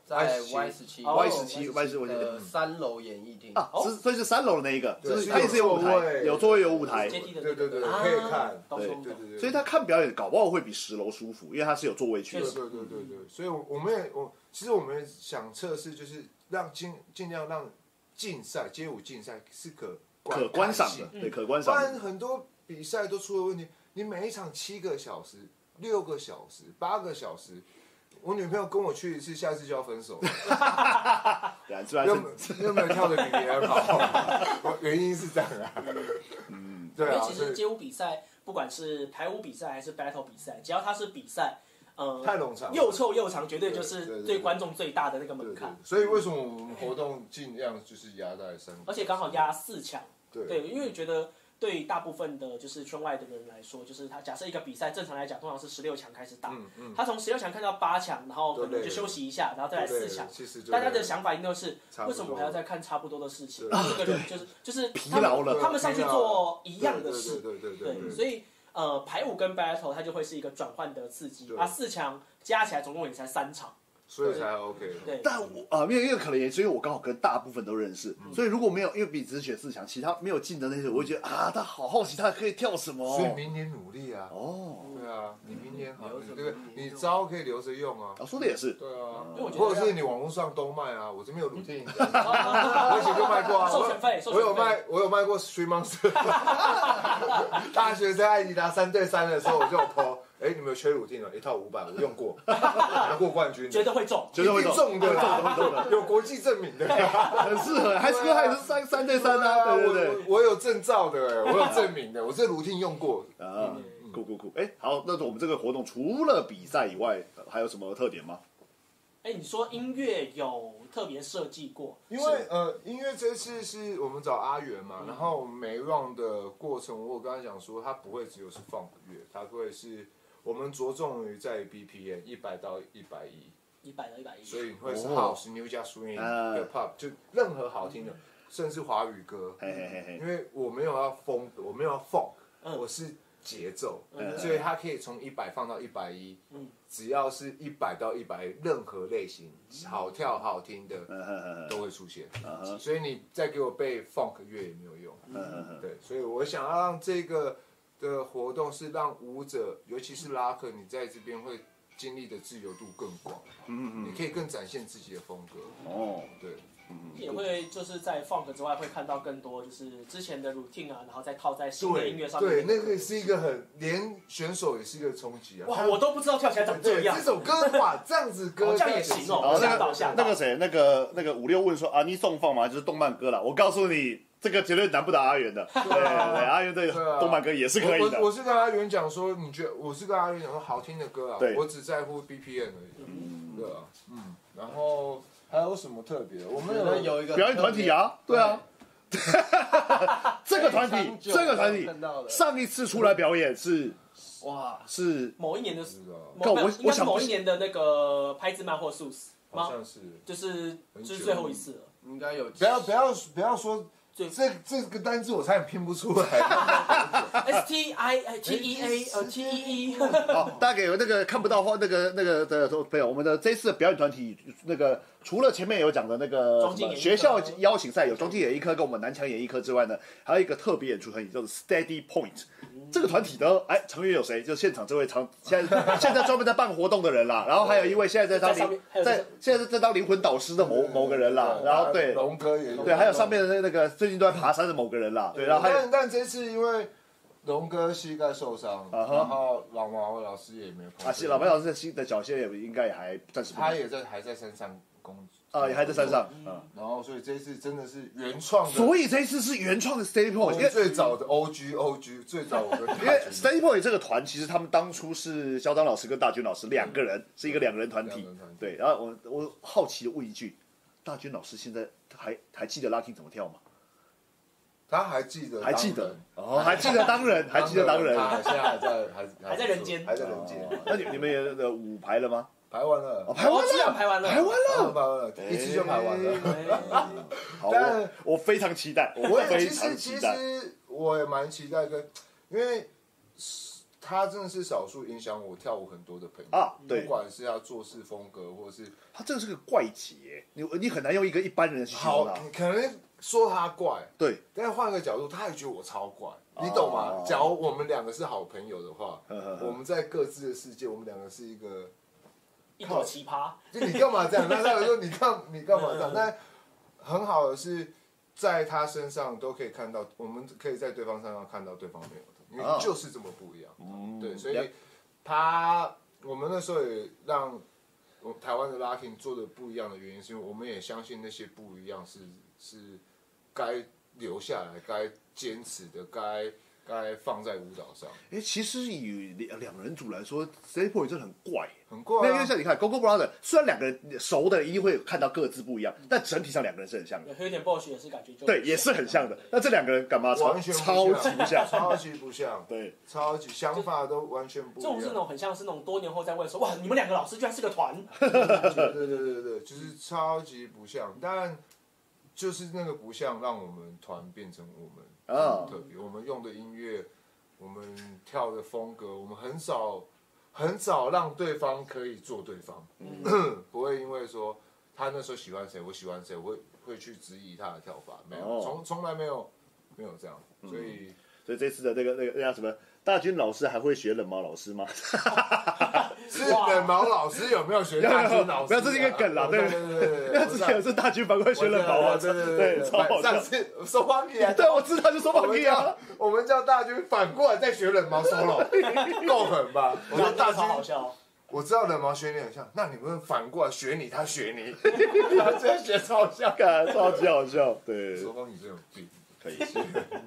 Speaker 5: 在
Speaker 2: Y17
Speaker 5: Y 十七
Speaker 4: 哦
Speaker 1: ？Y 十七，Y 十
Speaker 5: 的
Speaker 1: 七
Speaker 5: 呃三楼演艺厅。
Speaker 1: 啊，是所以是三楼的那一个，
Speaker 2: 对
Speaker 1: 就是
Speaker 2: 是
Speaker 1: 它也是有舞
Speaker 2: 有座
Speaker 1: 台，
Speaker 2: 位
Speaker 1: 有座位有舞台，
Speaker 4: 阶梯的，
Speaker 2: 对对对，
Speaker 4: 啊
Speaker 2: 可以看，
Speaker 4: 懂懂
Speaker 2: 对
Speaker 4: 懂，
Speaker 2: 对对，
Speaker 1: 所以他看表演搞不好会比十楼舒服，因为它是有座位区
Speaker 4: 确
Speaker 1: 的
Speaker 4: 实。
Speaker 2: 对对对对，所以我我们也我其实我们想测试就是让尽尽量让竞赛街舞竞赛是可
Speaker 1: 可观赏
Speaker 2: 看
Speaker 1: 的
Speaker 2: 性，
Speaker 1: 对，可观
Speaker 2: 不
Speaker 1: 赏的。
Speaker 2: 然很多比赛都出了问题。你每一场七个小时、六个小时、八个小时，我女朋友跟我去一次，下次就要分 [LAUGHS] 手了，
Speaker 1: 对啊，虽然
Speaker 2: 又
Speaker 1: 是
Speaker 2: 没又没有跳的比别人 [LAUGHS] 好，原因是这样啊。嗯，对
Speaker 4: 因为
Speaker 2: 啊，
Speaker 4: 其
Speaker 2: 所
Speaker 4: 实
Speaker 2: 以
Speaker 4: 街舞比赛，不管是排舞比赛还是 battle 比赛，只要它是比赛，嗯，
Speaker 2: 太冗长了。
Speaker 4: 又臭又长，绝对就
Speaker 2: 对对
Speaker 4: 是
Speaker 2: 对
Speaker 4: 对观众最大的那个
Speaker 2: 对
Speaker 4: 门
Speaker 2: 对对
Speaker 4: 槛，，
Speaker 2: 所以为什么我们活动尽量就是压在三个，
Speaker 4: 而且刚好压四强。
Speaker 2: 对
Speaker 4: 对，因为觉得对大部分的就是圈外的人来说，就是他假设一个比赛正常来讲，通常是十六强开始打，
Speaker 2: 嗯嗯，
Speaker 4: 他从十六强看到八强，然后可
Speaker 2: 对
Speaker 4: 能
Speaker 2: 对
Speaker 4: 就休息一下，然后再来
Speaker 2: 对
Speaker 4: 四强。
Speaker 2: 其实就
Speaker 4: 大家的想法一定都是
Speaker 2: 差，不
Speaker 4: 为
Speaker 2: 多
Speaker 4: 什么还要再看差不多的事情？
Speaker 2: 对
Speaker 4: 一个人就是就是疲
Speaker 1: 疲劳了
Speaker 4: 他们上去做一样的
Speaker 2: 对
Speaker 4: 事，
Speaker 2: 对对对
Speaker 4: 所以呃，排舞跟 battle 它就会是一个转换的刺激
Speaker 2: 对 [LAUGHS]
Speaker 4: 啊。四强加起来总共也才三场，
Speaker 2: 所以才 OK。
Speaker 4: 对，
Speaker 1: 但我啊，因为因为可能也是因为我刚好跟大部分都认识，所以如果没有因为比只选四强，其他没有进的那些，我会觉得啊，他好好奇他可以跳什么
Speaker 2: 所以
Speaker 1: 哦。
Speaker 2: 明年努力啊。
Speaker 1: 哦，
Speaker 2: 对啊，你明年好，
Speaker 5: 留着
Speaker 2: 你这个
Speaker 5: 明年
Speaker 2: 你
Speaker 5: 用
Speaker 2: 招可以留着用啊。
Speaker 1: 啊，说的也是，
Speaker 2: 对啊
Speaker 4: 因为我，觉得
Speaker 2: 或者是你网络上都卖啊，我这边有乳贴影的，我以前就卖过啊。
Speaker 4: 授权费
Speaker 2: 我
Speaker 4: 授权费
Speaker 2: 我有卖，我有卖过 Three Monster。大学在艾迪达三对三的时候，我就有 PO，哎，你们有缺乳贴啊？一套五百，我用过，拿过冠军的，
Speaker 4: 绝对会中。
Speaker 1: 绝对会
Speaker 2: 一定
Speaker 1: 中，
Speaker 2: 中的啦，有国际证明的。
Speaker 1: 很适合，还是
Speaker 2: 对啊
Speaker 1: 还是三三对三啊，对
Speaker 2: 我
Speaker 1: 对对
Speaker 2: 我，我有证照的，哎我有证明的，我这乳贴用过。
Speaker 1: 啊，酷酷酷，哎，好，那我们这个活动除了比赛以外，还有什么特点吗？
Speaker 4: 哎，你说音乐有特别设计过？
Speaker 2: 因为呃，音乐这次是我们找阿元
Speaker 4: 嗯
Speaker 2: 嘛，然后每 round 的过程，我有跟他讲说，他不会只有是放乐，他会是我们着重于在于 BPM 一百到一百一，
Speaker 4: 一百到一百呃一，
Speaker 2: 所以会是
Speaker 1: 哦
Speaker 2: house、new 加 swing、
Speaker 1: 啊
Speaker 2: hip hop，就任何好听的，甚至华语歌，
Speaker 4: 哎
Speaker 1: 嘿嘿嘿嘿
Speaker 2: 因，为我没有要风，我没有要 funk，、
Speaker 4: 嗯
Speaker 2: 我是节奏，
Speaker 1: 嗯
Speaker 2: 所以它可以从一百放到一百一
Speaker 4: 嗯，
Speaker 2: 只要是一百到一百任何类型，
Speaker 4: 嗯
Speaker 2: 好跳好听的
Speaker 1: 嗯哼哼哼
Speaker 2: 都会出现，
Speaker 1: 啊
Speaker 2: 所以你再给我背 funk 乐也没有用，
Speaker 1: 嗯哼哼，
Speaker 2: 对，所以我想要让这个的活动是让舞者，尤其是拉客，你在这边会经历的自由度更广，
Speaker 1: 嗯
Speaker 2: 你
Speaker 1: 嗯
Speaker 2: 可以更展现自己的风格，
Speaker 1: 嗯，哦，
Speaker 2: 对，
Speaker 4: 也会就是在 funk 之外会看到更多就是之前的 routine 啊，然后再套在新的音乐上
Speaker 2: 对，
Speaker 4: 面。
Speaker 2: 那个是一个很连选手也是一个冲击啊，
Speaker 4: 哇，我都不知道跳起来长这
Speaker 2: 对，
Speaker 4: 样
Speaker 2: 这。首歌哇，这样子歌
Speaker 4: 哦这样也行哦
Speaker 1: 然后
Speaker 4: 吓
Speaker 1: 那
Speaker 4: 到
Speaker 1: 个
Speaker 4: 吓到
Speaker 1: 那个谁，那个那个五六问说啊，你送放嘛，就是动漫歌啦。我告诉你，这个绝对难不倒阿元的。对对，阿元对
Speaker 2: 对啊啊
Speaker 1: 动漫歌也是可以
Speaker 2: 我我
Speaker 1: 的。
Speaker 2: 我是跟阿元讲说，你觉得我是跟阿元讲说好听的歌啊
Speaker 1: 对，
Speaker 2: 我只在乎 BPM 而已，
Speaker 4: 嗯
Speaker 2: 对啊，嗯，然后还有什么特别的？我
Speaker 5: 我
Speaker 2: 们
Speaker 5: 觉得
Speaker 2: 有
Speaker 5: 有一个
Speaker 1: 表演团体啊，对啊，这个团
Speaker 5: 非
Speaker 1: 体
Speaker 5: 常，久
Speaker 1: 这个团
Speaker 5: 没有
Speaker 1: 体
Speaker 5: 看到了
Speaker 1: 上一次出来表演是
Speaker 5: 特别，哇，
Speaker 1: 是
Speaker 4: 某一年的，
Speaker 2: 是啊，
Speaker 1: 靠
Speaker 4: 某没有
Speaker 1: 我
Speaker 4: 应该
Speaker 1: 我
Speaker 4: 是
Speaker 1: 想不
Speaker 4: 某
Speaker 1: 起
Speaker 4: 一年的那个拍字漫或素食
Speaker 2: 好
Speaker 4: 吗？
Speaker 2: 像是。
Speaker 4: 就是
Speaker 2: 很
Speaker 4: 就
Speaker 2: 久
Speaker 4: 是最后一次了。
Speaker 5: 应该有
Speaker 2: 不要不要不要说
Speaker 4: 最
Speaker 2: 这这个单字，我差点拼不出来。
Speaker 4: S T I 呃 T E
Speaker 2: 哎
Speaker 4: A 呃 T E E，
Speaker 1: 好，哦大家给那个看不到话那个那个的朋友，我们的这次的表演团体，那个除了前面有讲的那个
Speaker 4: 装
Speaker 1: 什
Speaker 4: 进
Speaker 1: 么
Speaker 4: 演艺科
Speaker 1: 学校邀请赛有装进演艺科跟我们南强演艺科之外呢，还有一个特别演出团体叫做 Steady Point。这个团体呢，哎，成员有谁？就现场这位常现在现在专门在办活动的人啦，然后还有一位现在在
Speaker 4: 在上
Speaker 1: 当灵
Speaker 4: 面还有
Speaker 1: 在现在在当灵魂导师的 [LAUGHS] 某某个人啦，然后对
Speaker 2: 啊龙哥也
Speaker 1: 对，还有上面的那那个最近都在爬山的某个人啦，对，然后还有
Speaker 2: 但但这次因为龙哥膝盖受伤，
Speaker 1: 啊哈
Speaker 2: 然后老毛老师也没有空。
Speaker 1: 啊，是老白老师的新的脚线也应该也还暂时不
Speaker 2: 他也在还在山上工作
Speaker 1: 啊，也还在山。上，嗯。
Speaker 2: 然后，所以这次真的是原创的，
Speaker 1: 所以这一次是原创的 Steady
Speaker 2: 我
Speaker 1: Point，因为
Speaker 2: 哦最早的 OG OG 最早我跟
Speaker 1: 因为 Steady Point 这个团其实他们当初是肖张老师跟大军老师两个人，是一个两人团
Speaker 2: 两
Speaker 1: 体
Speaker 2: 人团体。
Speaker 1: 对，然后我我好奇的问一句，大军老师现在还还记得 Lucky 怎么跳吗？
Speaker 2: 他还记得，
Speaker 1: 还记得哦，还记得当人，还
Speaker 2: 当人，
Speaker 1: 记得当人。
Speaker 2: 他现在还在还
Speaker 4: 还在人间
Speaker 2: 还在人间，
Speaker 1: 哦那你你们也呃五排了吗？
Speaker 2: 排完了
Speaker 1: 哦，，排完
Speaker 4: 哦这
Speaker 1: 了，
Speaker 4: 样排完了
Speaker 1: 排完
Speaker 2: 排完
Speaker 1: 了。
Speaker 2: 了，一次就排完了。啊
Speaker 4: 哎
Speaker 1: 好，我
Speaker 2: 但
Speaker 1: 我非常期待，
Speaker 2: [LAUGHS] 我也
Speaker 1: 哎非
Speaker 2: 其实
Speaker 1: 常
Speaker 2: 其
Speaker 1: 期待。
Speaker 2: 实我也蛮期待跟，因为他真的是少数影响我跳舞很多的朋友
Speaker 1: 啊对
Speaker 2: 不管是他做事风格，或是
Speaker 1: 他这个是个怪杰，你你很难用一个一般人去形容
Speaker 2: 好
Speaker 1: 他，。
Speaker 2: 你可能说他怪，
Speaker 1: 对，
Speaker 2: 但是换个角度，他也觉得我超怪，你懂
Speaker 1: 哦
Speaker 2: 吗？假如我们两个是好朋友的话，
Speaker 1: 呵呵呵
Speaker 2: 我们在各自的世界，我们两个是一个，
Speaker 4: 一朵奇葩，
Speaker 2: 就你干嘛这样？那他有说你干你干嘛这样？
Speaker 4: 嗯
Speaker 2: 但很好的是，在他身上都可以看到，我们可以在对方身上看到对方没有的，因
Speaker 1: 啊
Speaker 2: 为就是这么不一样。
Speaker 1: 嗯
Speaker 2: 对，所
Speaker 1: 了
Speaker 2: 以他我们那时候也让我台湾的 Lucky 做的不一样的原因，是因为我们也相信那些不一样是是该留下来、该坚持的、该该放在舞蹈上，
Speaker 1: 哎，其实以两两人组来说 s t a p o i n 真的很怪耶。
Speaker 2: 很
Speaker 1: 没
Speaker 2: 怪
Speaker 1: 有，因为
Speaker 2: 啊。
Speaker 1: 像你看 Gogo Brother，虽然两个人熟的一定会看到各自不一样，但整体上两个人是很像的，
Speaker 4: 有一点 Bosch 也是感觉就
Speaker 1: 对，也是很像的。那这两个人干嘛超
Speaker 2: 完全
Speaker 1: 超
Speaker 2: 不
Speaker 1: 级
Speaker 2: 像？
Speaker 1: 不像 [LAUGHS]
Speaker 2: 超级不像，
Speaker 1: 对，
Speaker 2: 超级想法都完全不
Speaker 4: 这
Speaker 2: 一
Speaker 4: 种是
Speaker 2: 样。
Speaker 4: 那种很像是那种多年后再问说哇，你们两个老师居然是个团，
Speaker 2: 对对对对对，就是超级不像，但就是那个不像，让我们团变成我们
Speaker 1: 啊
Speaker 2: 特别。我们用的音乐，我们跳的风格，我们很少很早让对方可以做对方，
Speaker 1: 嗯
Speaker 2: [CLEARS THROAT] 不会因为说他那时候喜欢谁，我喜欢谁，我会会去质疑他的跳法，没有，
Speaker 1: 哦
Speaker 2: 从从来没有没有这样，所以
Speaker 1: 所以这次的那个那个那叫什么？大军老师还会学冷毛老师吗？
Speaker 2: 是冷毛老师有没有学大军老师
Speaker 1: [LAUGHS] 没
Speaker 2: 啊？
Speaker 1: 有这是一个梗啦
Speaker 2: 我
Speaker 1: 对
Speaker 2: 对
Speaker 1: [LAUGHS]
Speaker 2: 对对对，
Speaker 1: 那
Speaker 2: 我
Speaker 1: 之
Speaker 2: 知道
Speaker 1: 前有是大军反过来学冷毛啊，
Speaker 2: 对对
Speaker 1: 对，超好
Speaker 2: 上
Speaker 1: 笑。
Speaker 2: 次说话题啊，
Speaker 1: 对，我知道就说
Speaker 2: 我
Speaker 1: 放
Speaker 2: 们
Speaker 1: 屁啊
Speaker 2: 叫。我们叫大军反过来再学冷毛 solo，够狠吧？我说大
Speaker 4: 那超好
Speaker 2: 军，
Speaker 4: 笑哦，
Speaker 2: 我知道冷毛学你很像，那你们反过来学你，他学你，他这样学超像。
Speaker 1: 干超级好笑，对，
Speaker 2: 说风你真有病，
Speaker 1: 可以是。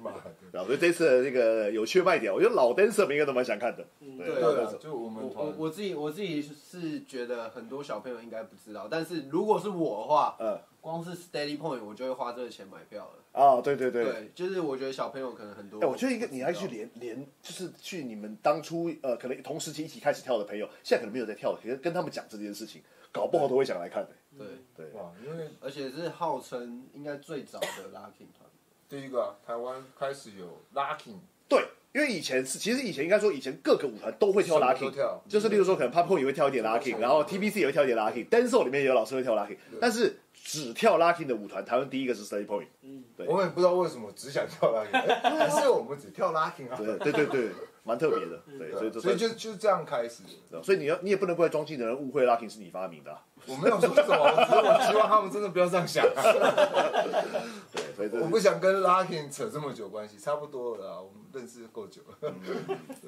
Speaker 2: 妈的！
Speaker 1: 然后所以这次的那个有趣卖点，我觉得老 dancer 们应该都蛮想看的。对
Speaker 5: 对
Speaker 1: 老
Speaker 2: 对啊
Speaker 1: dancer，
Speaker 2: 就我
Speaker 5: 我
Speaker 2: 们团
Speaker 5: 我，我自己我自己是觉得很多小朋友应该不知道，但是如果是我的话，
Speaker 1: 嗯，
Speaker 5: 光是 Steady Point 我就会花这个钱买票了。
Speaker 1: 啊，对对对。
Speaker 5: 对，就是我觉得小朋友可能很多
Speaker 1: 哎，
Speaker 5: 不知道。
Speaker 1: 我觉得一个你还去连连，就是去你们当初呃，可能同时期一起开始跳的朋友，现在可能没有在跳，可是跟他们讲这件事情，搞不好都会想来看的。
Speaker 5: 对，
Speaker 1: 对，
Speaker 2: 哇，因为
Speaker 5: 而且是号称应该最早的 Lucky 团。
Speaker 2: 第一个啊台湾开始有 locking，
Speaker 1: 对，因为以前是，其实以前应该说，以前各个舞团都会跳
Speaker 2: 什么
Speaker 1: locking，
Speaker 2: 都跳
Speaker 1: 就是例如说，可能 Popcorn 也会跳一点 locking，然后 TBC 也会跳一点 locking，Dancehall 里面也有老师会跳 locking，但是只跳 locking 的舞团，台湾第一个是 Steady Point。对
Speaker 2: 我也不知道为什么只想跳 locking，还是我们只跳 locking 啊？
Speaker 1: 对对对对，蛮特别的。对，所以这
Speaker 2: 所
Speaker 1: 算
Speaker 2: 以就就这样开始的。
Speaker 1: 所以你要你也不能怪装进的人误会 locking 是你发明的啊、
Speaker 2: 我没有说什么，我只是我希望他们真的不要这样想。
Speaker 1: 对，所以这
Speaker 2: [LAUGHS] 我不想跟 Lucky 扯这么久关系，差不多了啦，啊我们认识够久了。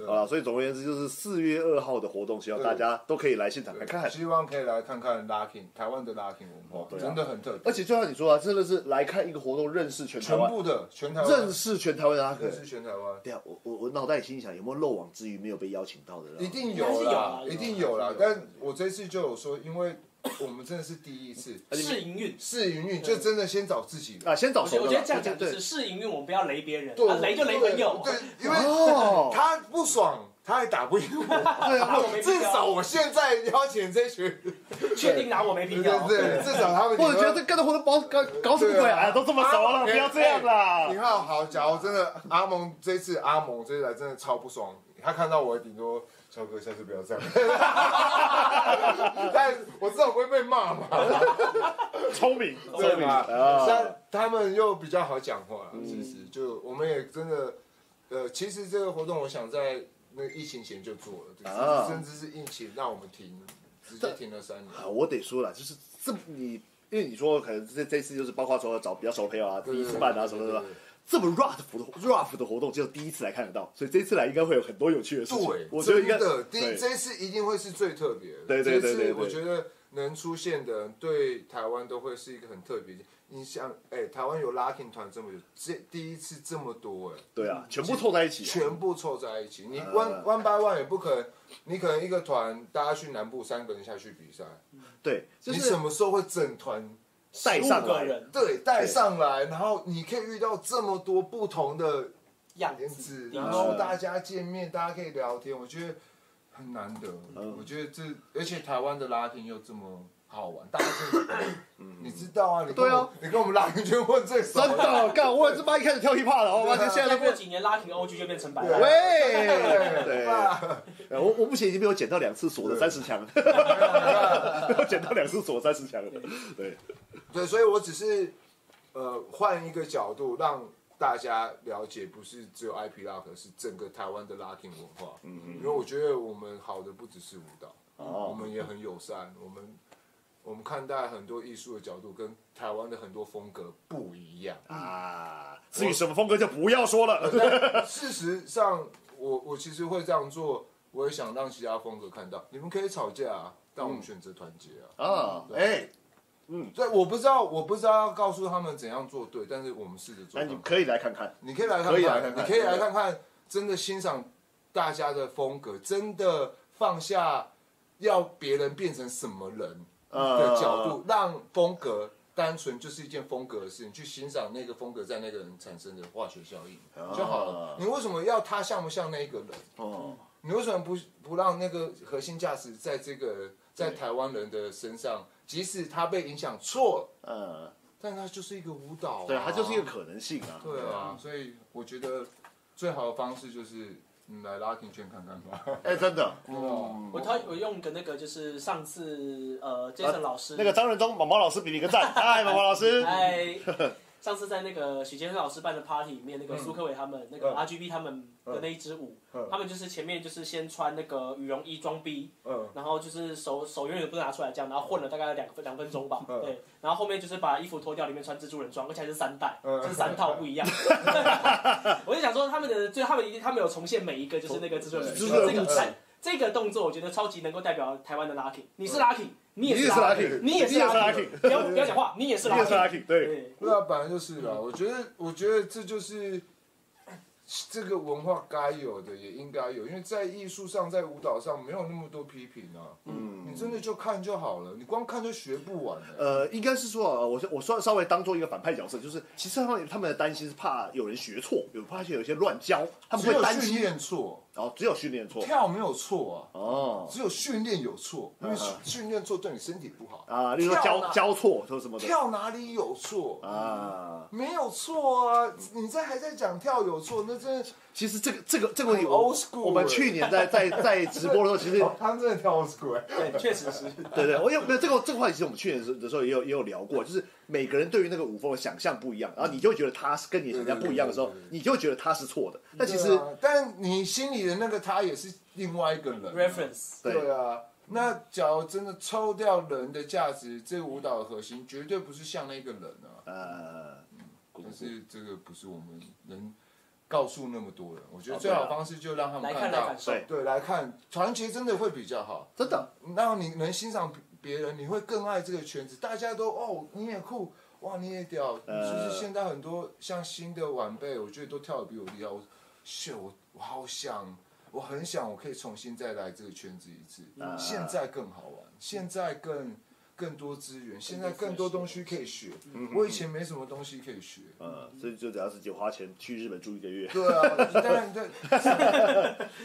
Speaker 1: 好了，所以总而言之就是四月二号的活动，希望大家都可以来现场看看。
Speaker 2: 希望可以来看看 Lucky 台湾的 Lucky 文
Speaker 1: 哦
Speaker 2: 化，
Speaker 1: 对啊
Speaker 2: 真的很特别。
Speaker 1: 而且就像你说啊，真的是来看一个活动，认识全台
Speaker 2: 全
Speaker 1: 湾，
Speaker 2: 部的全台湾
Speaker 1: 认识全台湾的 locking
Speaker 2: 认识全台湾，
Speaker 1: 对啊，我我我脑袋里心里想，有没有漏网之鱼没有被邀请到的？啊
Speaker 2: 一定
Speaker 4: 还
Speaker 2: 有
Speaker 4: 是有啦
Speaker 2: 啦，
Speaker 4: 有啦
Speaker 2: 一定有啦
Speaker 5: 还。是有
Speaker 2: 但我这次就有说，因为我们真的是第一次
Speaker 4: 试营运。
Speaker 2: 试营运，就真的先找自己的。
Speaker 1: 啊，先找
Speaker 4: 我觉
Speaker 1: 熟
Speaker 4: 得
Speaker 1: 的
Speaker 4: 我
Speaker 1: 啦。
Speaker 4: 觉得这样讲就
Speaker 1: 对
Speaker 4: 是
Speaker 1: 对
Speaker 4: 试营运，我们不要雷别人，
Speaker 2: 对，
Speaker 4: 啊雷就雷朋友。
Speaker 2: 对，因为
Speaker 1: 哦
Speaker 2: 他不爽，他还打不赢我。
Speaker 1: 对啊，
Speaker 4: 啊我没
Speaker 2: 至
Speaker 4: 必要
Speaker 2: 少我现在邀请这群
Speaker 4: 确定拿我没
Speaker 2: 对
Speaker 4: 皮条。
Speaker 2: 对，至少他们
Speaker 1: 或者觉得这干的活动包搞搞什么鬼啊？都这么熟了，不要这样啦
Speaker 2: 你。看，好，假如真的阿蒙这次阿蒙这次来真的超不爽，他看到我顶多小哥下次不要这样。 [LAUGHS] 但我至少不会被骂嘛，
Speaker 1: 哦聪明，
Speaker 2: 对
Speaker 1: 聪明
Speaker 2: 吧？
Speaker 1: 啊！
Speaker 2: 但他们又比较好讲话，其实就我们也真的，呃，其实这个活动我想在那个疫情前就做了，对
Speaker 1: 啊
Speaker 2: 甚至是疫情让我们停，直接停了三年。
Speaker 1: 啊，我得说了，就是这么你，因为你说可能这这次就是包括说找比较熟的朋友啊，第一次办啊什么什么，这么 rough 的活动，rough 的活动只有第一次来看得到，所以这次来应该会有很多有趣的事情。
Speaker 2: 对，
Speaker 1: 我觉得应该
Speaker 2: 真的，第
Speaker 1: 对
Speaker 2: 一这一次一定会是最特别的。
Speaker 1: 对对对对
Speaker 2: 这
Speaker 1: 对
Speaker 2: 一次我觉得能出现的人对台湾都会是一个很特别的。你想，哎、台湾有 Locking 团这么久，这第一次这么多、哎，
Speaker 1: 对啊，全部凑在一起，
Speaker 2: 全部凑在一起，你
Speaker 1: 嗯
Speaker 2: one one by one 也不可能，你可能一个团大家去南部三个人下去比赛，
Speaker 1: 对，就
Speaker 2: 你
Speaker 1: 是
Speaker 2: 什么时候会整团
Speaker 1: 带
Speaker 4: 五
Speaker 1: 上
Speaker 4: 个
Speaker 1: 来，
Speaker 4: 人
Speaker 2: 对带上来，然后你可以遇到这么多不同的
Speaker 4: 样
Speaker 2: 样
Speaker 4: 子
Speaker 2: 子，，
Speaker 1: 啊
Speaker 2: 然后大家见面，大家可以聊天，我觉得很难得。我觉得这，而且台湾的拉丁又这么好玩，大家真的， [LAUGHS] 你知道啊，你跟
Speaker 1: 对啊
Speaker 2: 我，你跟我们拉丁圈混最熟，
Speaker 1: 真的，干，我他妈一开始跳 hiphop 了，我妈现在
Speaker 4: 再
Speaker 1: 都
Speaker 4: 过
Speaker 1: 变
Speaker 4: 几年拉平 OG 就变成白
Speaker 2: 对
Speaker 4: 了。
Speaker 1: 喂，对，
Speaker 2: 啊
Speaker 1: 呃我我目前已经被我捡到两次锁的三十强，被
Speaker 2: [LAUGHS]
Speaker 1: 我捡到两次锁三十强了，对，
Speaker 2: 对，所以我只是呃换一个角度让。大家了解不是只有 IP Lock，是整个台湾的拉丁文化。嗯嗯，因为我觉得我们好的不只是舞蹈，我
Speaker 1: 哦，
Speaker 2: 们也很友善，我们我们看待很多艺术的角度跟台湾的很多风格不一样。
Speaker 1: 啊，至于什么风格就不要说了，
Speaker 2: 事实上，我我其实会这样做，我也想让其他风格看到，你们可以吵架啊，但我们选择团结啊。
Speaker 1: 啊，哎，
Speaker 2: 对，我不知道，我不知道要告诉他们怎样做对，但是我们试着做
Speaker 1: 那
Speaker 2: 看看。
Speaker 1: 你可以来看看，
Speaker 2: 你可以来看
Speaker 1: 可以啊来看
Speaker 2: 看，
Speaker 1: 看
Speaker 2: 你可以来看看，真的欣赏大家的风格，真的放下要别人变成什么人
Speaker 1: 嗯
Speaker 2: 的角度，让风格单纯就是一件风格的事情，去欣赏那个风格在那个人产生的化学效应
Speaker 1: 呃
Speaker 2: 就好
Speaker 1: 嗯
Speaker 2: 了。你为什么要他像不像那一个人？
Speaker 1: 哦，
Speaker 2: 你为什么不不让那个核心价值在这个在台湾人的身上，即使他被影响错了，
Speaker 1: 嗯，
Speaker 2: 但他就是一个舞蹈、啊，
Speaker 1: 对，它就是一个可能性啊，
Speaker 2: 对啊，所以我觉得最好的方式就是你来拉庭圈看看吧。
Speaker 1: 哎，真的，
Speaker 2: 嗯，
Speaker 4: 我他我用个那个就是上次呃杰森老师
Speaker 1: 啊那个张仁忠毛毛老师比你个
Speaker 2: [LAUGHS]
Speaker 1: 赞，嗨，毛毛老师，
Speaker 4: 哎，上次在那个许杰森老师办的 party 里面，那个苏克伟他们、那个
Speaker 2: 嗯
Speaker 4: RGB 他们的那一支舞，
Speaker 2: 嗯
Speaker 4: 他们就是前面就是先穿那个羽绒衣装逼，
Speaker 2: 嗯
Speaker 4: 然后就是手手永远不拿出来这样，然后混了大概两分两分钟吧，
Speaker 2: 嗯
Speaker 4: 对，然后后面就是把衣服脱掉，里面穿蜘蛛人装，而且还是三代，
Speaker 2: 嗯
Speaker 4: 就是三套不一样。我就想说他们的，就他们一定他们有重现每一个就是那个蜘蛛人，
Speaker 1: 蜘蛛人
Speaker 4: 这
Speaker 1: 故
Speaker 4: 个
Speaker 1: 事
Speaker 4: 哎这个动作我觉得超级能够代表台湾的 Lucky，你是 Lucky，你也
Speaker 1: 你也
Speaker 4: 是
Speaker 1: 是
Speaker 4: Lucky，
Speaker 1: Lucky，
Speaker 4: 你也是
Speaker 1: 你也是
Speaker 4: Lucky，不要不要讲话，你也是
Speaker 1: 你也是
Speaker 4: Lucky，
Speaker 1: lucky，对，
Speaker 4: 对，
Speaker 2: 对啊，本来就是
Speaker 1: 嗯
Speaker 2: 啦。我觉得，我觉得这就是这个文化该有的，也应该有，因为在艺术上，在舞蹈上没有那么多批评啊。嗯，你真的就看就好了，你光看就学不完的、
Speaker 1: 呃，应该是说啊，我我稍稍微当做一个反派角色，就是其实他们他们的担心是怕有人学错，有怕有一些乱教，他们
Speaker 2: 只
Speaker 1: 会
Speaker 2: 有
Speaker 1: 担
Speaker 2: 训
Speaker 1: 心，
Speaker 2: 练错，
Speaker 1: 哦，只有训练错，
Speaker 2: 跳没有错啊。
Speaker 1: 哦
Speaker 2: 只有训练有错，因为
Speaker 1: 嗯嗯
Speaker 2: 训练错对你身体不好。
Speaker 1: 啊，例如说
Speaker 2: 跳
Speaker 1: 教
Speaker 2: 哪
Speaker 1: 教错说什么的
Speaker 2: 跳哪里有错？
Speaker 1: 啊，
Speaker 2: 没有错啊！你在还在讲跳有错，那真的
Speaker 1: 其实这个这个这个问题，
Speaker 2: 很
Speaker 1: 我
Speaker 2: old school
Speaker 1: 我们
Speaker 2: 欸哦
Speaker 1: 去年在在在直播的时候，其实
Speaker 2: 他们真的跳 old school
Speaker 1: [LAUGHS]
Speaker 2: 哎。
Speaker 4: 对，确实是，
Speaker 1: 对对，我有没有这个这个话题？其实我们去年的时候的时候也有也有聊过，就是每个人对于那个舞风的想象不一样，然后你就会觉得他是跟你的想象不一样的时候
Speaker 2: 对对对，对
Speaker 1: 你就会觉得他是错的。但其
Speaker 2: 对
Speaker 1: 实
Speaker 2: 啊但你心里的那个他也是另外一个人啊
Speaker 4: reference。
Speaker 1: 对
Speaker 2: 对啊。那假如真的抽掉人的价值，这舞蹈的核心绝对不是像那个人啊。
Speaker 1: 呃，
Speaker 2: 但是这个不是我们能告诉那么多人，我觉
Speaker 1: 哦
Speaker 2: 得最
Speaker 1: 啊
Speaker 2: 好的方式就让他们
Speaker 4: 来看来
Speaker 2: 到
Speaker 4: 感，受， [LAUGHS]
Speaker 1: 对
Speaker 2: 对，来看团结真的会比较好。
Speaker 1: 真的
Speaker 2: 让你能欣赏别人，你会更爱这个圈子。大家都哦，你也酷，哇，你也屌。
Speaker 1: 呃
Speaker 2: 就是现在很多像新的晚辈，我觉得都跳的比我厉害。我，shit，我我好想，我很想，我可以重新再来这个圈子一次。现在更好玩，现在更更多资源，现在更多嗯东西可以学。我以前没什么东西可以学。
Speaker 1: 呃，所以就只要自己花钱去日本住一个月，
Speaker 2: 对啊，当然对， [LAUGHS]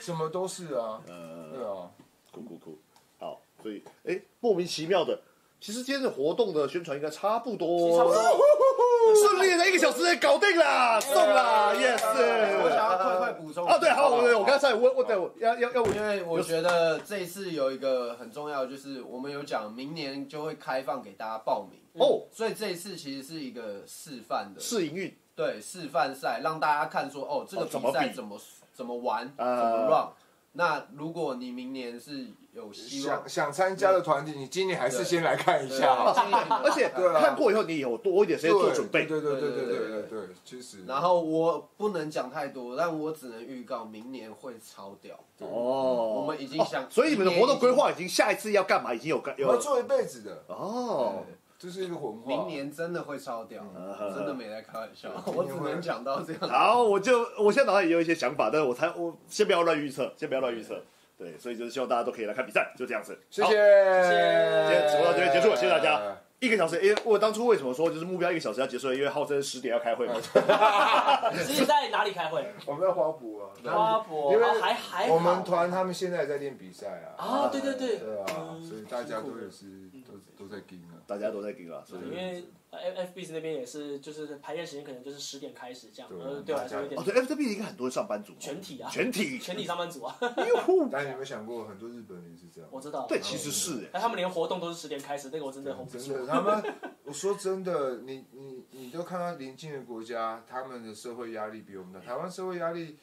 Speaker 2: 什么都是啊，对啊。
Speaker 1: [LAUGHS] 酷酷酷，好，所以哎，莫名其妙的，其实今天的活动的宣传应该差不
Speaker 4: 其实差
Speaker 1: 多，
Speaker 4: 不多。
Speaker 1: [LAUGHS] 顺利的一个小时内搞定啦，送啦
Speaker 5: 我想
Speaker 1: ，yes。
Speaker 5: 要快快补充
Speaker 1: 哦，对，好，我我刚才问，我对我要要要我
Speaker 5: 因为我觉得这一次有一个很重要，就是我们有讲明年就会开放给大家报名，
Speaker 1: 哦，
Speaker 5: 所以这一次其实是一个示范的，
Speaker 1: 试营运
Speaker 5: 对示范赛，让大家看说哦，这个
Speaker 1: 哦怎么
Speaker 5: 比赛
Speaker 1: 比
Speaker 5: 怎么怎么玩，怎
Speaker 1: 呃
Speaker 5: 么 run。那如果你明年是有希望
Speaker 2: 想，想参加的团体，你今年还是先来看一下好了。
Speaker 1: 而且
Speaker 2: 对啊
Speaker 1: 看过以后，你有多一点时间做准备。
Speaker 2: 对对对对
Speaker 5: 对
Speaker 2: 对
Speaker 5: 对
Speaker 2: 对对，其实。
Speaker 5: 然后我不能讲太多，但我只能预告明年会超屌。
Speaker 1: 哦
Speaker 5: 我们已经想
Speaker 1: 哦所以你们的活动规划已经下一次要干嘛，已经有干
Speaker 2: 我要
Speaker 1: 有
Speaker 2: 做一辈子的，
Speaker 1: 哦，
Speaker 2: 这是一个文化。
Speaker 5: 明年真的会超屌，真的没在开玩笑，我只能讲到这样。
Speaker 1: 好，我就我现在脑袋也有一些想法，但是我才我先不要乱预测，先不要乱预测。对，所以就是希望大家都可以来看比赛，就这样子。
Speaker 2: 谢谢，
Speaker 1: 好
Speaker 2: 今
Speaker 1: 天
Speaker 2: 天
Speaker 1: 直播到这边结束了谢谢大家一个小时，因为我当初为什么说就是目标一个小时要结束，因为浩森十点要开会嘛。
Speaker 4: 自己在哪里开会？
Speaker 2: 我们在花圃啊，
Speaker 4: 花博，
Speaker 2: 因为
Speaker 4: 啊还还好
Speaker 2: 我们团他们现在也在练比赛啊，
Speaker 4: 啊，对对对，
Speaker 2: 对啊，
Speaker 4: 嗯
Speaker 2: 所以大家都也是都都在盯啊。
Speaker 1: 大家都在盯啊，所以
Speaker 4: 因为呃 F F B 那边也是，就是排练时间可能就是十点开始这样，
Speaker 2: 对啊
Speaker 4: 呃，对我来说有
Speaker 1: 哦
Speaker 4: 点
Speaker 1: 对，FTB 应该很多人上班族嘛，
Speaker 4: 全体啊，
Speaker 1: 全体，
Speaker 4: 全体上班族啊， [LAUGHS]
Speaker 1: 哟呼
Speaker 2: 但你有没有想过，很多日本人也是这样？
Speaker 4: 我知道。
Speaker 1: 对，其实是
Speaker 4: 但他们连活动都是十点开始，那个我真的 hold 不
Speaker 2: 真的，
Speaker 4: 住。
Speaker 2: 他们，我说真的，你你你都看到邻近的国家，他们的社会压力比我们大。台湾社会压力，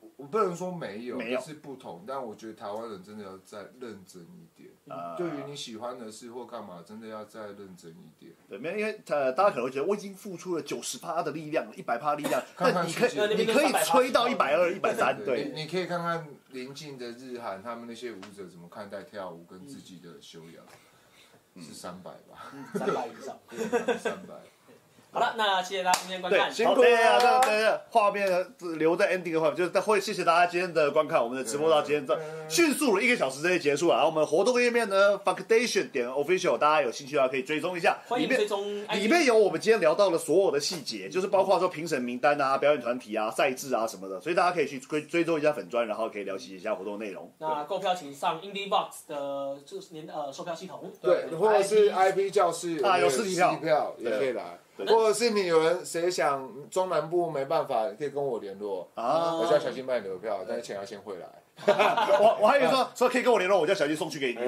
Speaker 2: 我我不能说没有，
Speaker 1: 没有
Speaker 2: 但是不同。但我觉得台湾人真的要再认真一点，
Speaker 1: 啊。
Speaker 2: 对于你喜欢的事或干嘛，真的要再认真一
Speaker 1: [LAUGHS]
Speaker 2: 点。
Speaker 1: 对，没有，因为呃，大家可能会觉得我已经付出了九十趴的力量，一百趴力量，
Speaker 2: 看
Speaker 1: 但
Speaker 2: 看
Speaker 1: 你可以
Speaker 2: 数据
Speaker 1: [LAUGHS] 你可以吹到一百二、一百三，对，
Speaker 2: 对，你你可以看看邻近的日韩，他们那些舞者怎么看待跳舞跟自己的修养，
Speaker 1: 嗯
Speaker 2: 是三百吧？
Speaker 4: 三百以上。
Speaker 2: 三百。
Speaker 4: 好了，那谢谢大家今天观
Speaker 1: 对，啊
Speaker 4: 看。
Speaker 1: 辛苦了。那等一下，画面留在 ending 的画面，就是会谢谢大家今天的观看，我们的直播到今天这迅速了一个小时之内结束啊。然后我们活动页面呢，foundation 点 official，大家有兴趣的话可以追踪一下，
Speaker 4: 欢
Speaker 1: 里
Speaker 4: 迎
Speaker 1: 面
Speaker 4: 追踪 IG
Speaker 1: 里面有我们今天聊到的所有的细节，就是包括说评审名单啊、表演团体啊、赛制啊什么的，所以大家可以去追追踪一下粉砖，然后可以了解一下活动内容。
Speaker 4: 那购票请上 Indie Box 的就是您呃售票系统。
Speaker 2: 对，或者是 IP 教室
Speaker 1: 啊
Speaker 2: 也
Speaker 1: 有实体票
Speaker 2: 票也
Speaker 1: 对
Speaker 2: 可以来。
Speaker 1: 对
Speaker 2: 或者是你有人谁想中南部没办法，你可以跟我联络，
Speaker 1: 啊，
Speaker 2: 我叫小新帮你留票，但是钱要先汇来。
Speaker 1: 我我还以为说说可以跟我联络，我叫小金送去给你。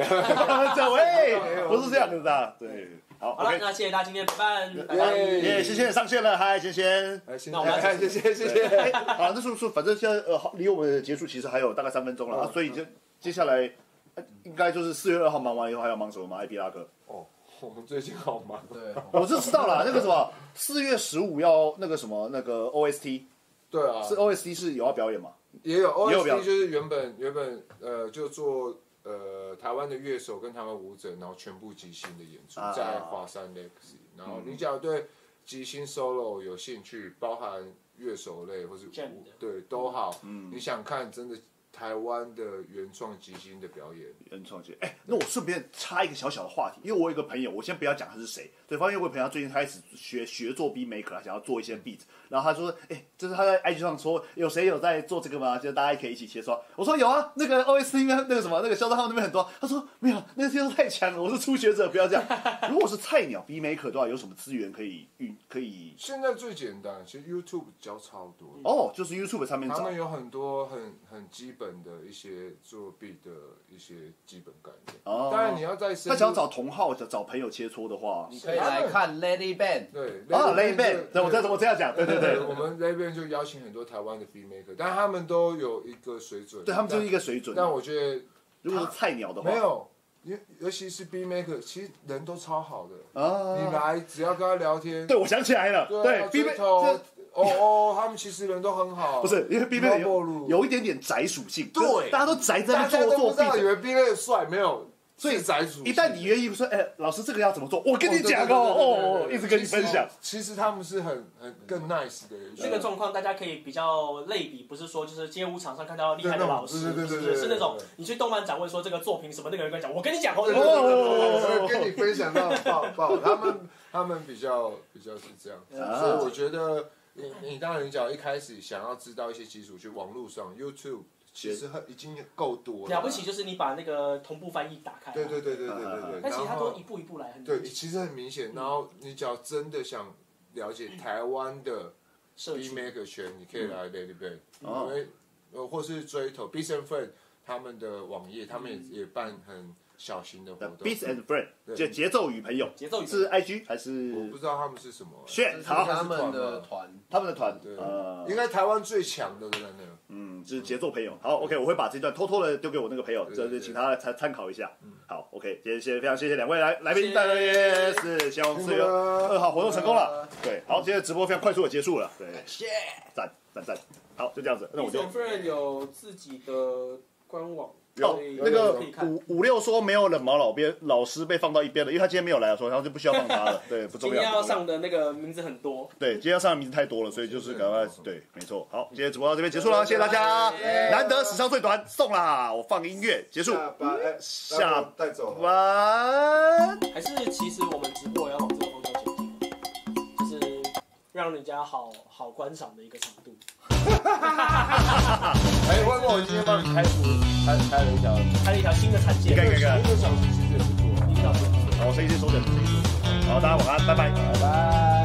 Speaker 1: 这喂，不是这样子的，对，好
Speaker 4: 好了，
Speaker 1: ，OK，
Speaker 4: 那谢谢大家今天陪伴，拜
Speaker 2: 耶
Speaker 4: 拜。
Speaker 1: 耶，谢谢上线了，嗨，先先。
Speaker 2: 来，哎先
Speaker 4: 那我们
Speaker 2: 来，谢谢谢谢。
Speaker 1: 好，那是不是反正现在呃，好离我们的结束其实还有大概三分钟了，啊所以就接下来呃应该就是四月二号忙完以后还要忙什么吗？艾比拉克，
Speaker 2: 哦， [LAUGHS] 我们最近好忙。
Speaker 5: 对，
Speaker 1: 我是知道了，那个什么四月十五要那个什么那个 OST
Speaker 2: 对啊，
Speaker 1: 是 OST 是有要表演嘛？
Speaker 2: 也有
Speaker 1: 也有表
Speaker 2: OST，就是原本原本呃就做呃台湾的乐手跟台湾舞者，然后全部即兴的演出
Speaker 1: 啊，嗯
Speaker 2: 在华山 Lexi。然后你假如对即兴 solo 有兴趣，包含乐手类或是
Speaker 4: Jam
Speaker 2: 舞
Speaker 4: 的，
Speaker 2: 对都好。
Speaker 1: 嗯
Speaker 2: 你想看真的台湾的原创即兴的表演？
Speaker 1: 原创节。哎，那我顺便插一个小小的话题，因为我有一个朋友，我先不要讲他是谁，对方有个朋友，他最近开始学学做 B maker，他想要做一
Speaker 2: 嗯
Speaker 1: 些 beat，然后他说，哎，就是他在 IG 上说，有谁有在做这个吗？就是大家可以一起切磋。我说有啊，那个 OS 那边那个什么那个肖战浩那边很多。他说没有，那个地方太强了，我是初学者，不要这样。如果是菜鸟 B maker 的话，有什么资源可以运可以？
Speaker 2: 现在最简单，其实 YouTube 教超多的。
Speaker 1: 哦，就是 YouTube 上面
Speaker 2: 他
Speaker 1: 找
Speaker 2: 们有很多很很基本的一些作弊的一些基本概念。
Speaker 1: 哦
Speaker 2: 当然你要再深
Speaker 1: 他
Speaker 2: 入，
Speaker 1: 想要找同号，找朋友切磋的话，
Speaker 5: 你可以来看 Lady Band，
Speaker 2: 对
Speaker 1: 啊，lay
Speaker 2: Lay
Speaker 1: back，
Speaker 2: Band
Speaker 1: 对我这我这样讲，对对对
Speaker 2: 对，，我们 Lay Band 就邀请很多台湾的 B maker，但他们都有一个水准。
Speaker 1: 对他们就是一
Speaker 2: 个。
Speaker 1: 个水准。
Speaker 2: 但我觉得
Speaker 1: 如果是菜鸟的话，
Speaker 2: 没有，尤尤其是 B maker，其实人都超好的。
Speaker 1: 啊，
Speaker 2: 你来只要跟他聊天，
Speaker 1: 对，我想起来了，
Speaker 2: 对
Speaker 1: 对
Speaker 2: 啊，
Speaker 1: ，B
Speaker 2: 追头
Speaker 1: 妹
Speaker 2: 哦哦，他们其实人都很好。
Speaker 1: 不是因为 B 妹
Speaker 2: 猫暴
Speaker 1: 有
Speaker 2: 露
Speaker 1: 有一点点宅属性，
Speaker 2: 对
Speaker 1: 就是大家都宅在
Speaker 2: 大
Speaker 1: 那
Speaker 2: 家
Speaker 1: 做
Speaker 2: 都不
Speaker 1: 作
Speaker 2: 知道以
Speaker 1: 弊。
Speaker 2: 为 B maker 帅，没有，
Speaker 1: 所以
Speaker 2: 是宅主。
Speaker 1: 一旦你愿意说，哎，老师这个要怎么做？我跟你讲哦，哦，
Speaker 2: 哦对对对对对对对
Speaker 1: 一直跟你分享。
Speaker 2: 其实。其实他们是很很更 nice 的人，
Speaker 4: 这个状况大家可以比较类比，不是说就是街舞场上看到厉害的老
Speaker 2: 对
Speaker 4: 师，
Speaker 2: 那种对对对
Speaker 4: 就是是那种
Speaker 2: 对对
Speaker 4: 你去动漫展问说这个作品什么，那个人跟你讲，我跟你讲哦，
Speaker 2: 对
Speaker 4: 这
Speaker 2: 对
Speaker 4: 个
Speaker 2: 对
Speaker 1: 哦
Speaker 2: 对对对对跟你分享到爆爆，他们他们比较比较是这样子，
Speaker 1: 啊
Speaker 2: 所以我觉得你你当然你讲一开始想要知道一些基础，去网络上 YouTube 其实很已经够多了，
Speaker 4: 了不起，就是你把那个同步翻译打开，
Speaker 2: 哦对对对对对对对对，
Speaker 4: 但其实
Speaker 2: 然
Speaker 4: 他
Speaker 2: 后
Speaker 4: 都一步一步来，很
Speaker 2: 对，其实很明显，然后你只要真的想了解台湾的。
Speaker 4: 社
Speaker 2: B
Speaker 4: 区。
Speaker 2: Maker 圈，你可以来 Lady Bird，、
Speaker 1: 哦
Speaker 2: 因为呃或是追头 B and Friend 他们的网页，他们也、也办很小型的活动。
Speaker 1: Beats and Friend，
Speaker 2: 对
Speaker 1: 就节奏与朋友，
Speaker 4: 节奏与朋
Speaker 1: 是
Speaker 4: 友
Speaker 1: IG 还
Speaker 2: 我不
Speaker 1: 是
Speaker 2: 知道他们是什么、欸，
Speaker 1: 炫？
Speaker 5: 这是
Speaker 1: 好，
Speaker 5: 他们的团，
Speaker 1: 他们的团
Speaker 2: 对，，
Speaker 1: 呃，
Speaker 2: 应该台湾最强的人了。
Speaker 1: 嗯，就是节奏朋友。好，OK，我会把这段偷偷的丢给我那个朋友，
Speaker 2: 对
Speaker 1: 就
Speaker 2: 对
Speaker 1: 是
Speaker 2: 对嗯
Speaker 1: 请他来参参考一下。好，OK，今天谢谢非常谢谢两位来来宾
Speaker 4: 谢
Speaker 1: 带来的是希望四月二号活动成功了。对，好，今天的直播非常快速的结束了。对，
Speaker 5: 谢。
Speaker 1: 赞赞赞，好，就这样子，那我就
Speaker 4: Beats and Friend 有自己的官网，
Speaker 1: 哦
Speaker 4: 所以，
Speaker 1: 那个
Speaker 4: 可以看。
Speaker 1: 五五六说没有冷毛老边老师被放到一边了，因为他今天没有来，所以他就不需要放他
Speaker 4: [LAUGHS]
Speaker 1: 了。对，不
Speaker 4: 今
Speaker 1: 重
Speaker 4: 天
Speaker 1: 要。
Speaker 4: 要
Speaker 1: 不重要
Speaker 4: 上的那个名字很多，
Speaker 1: 对，今天要上的名字太多了，所以就是赶快对，没错。好，今天直播到这边结束了，谢谢大家，难得史上最短，送啦，我放音乐结束，
Speaker 2: 巴
Speaker 1: 下
Speaker 2: 哎带走
Speaker 1: 晚安。
Speaker 4: 还是其实我们直播也要往这个方向前进，就是让人家好好观赏的一个程
Speaker 2: [LAUGHS]
Speaker 4: 度。
Speaker 2: 哎、外公，我今天帮你开除，开开了一条，
Speaker 4: 开了一条新的产线，
Speaker 1: 你看看看
Speaker 2: 一个小时其实也不错、
Speaker 4: 一条新的
Speaker 1: 好，声音先收着，声音收着好，大家晚安，拜拜。
Speaker 2: 拜拜。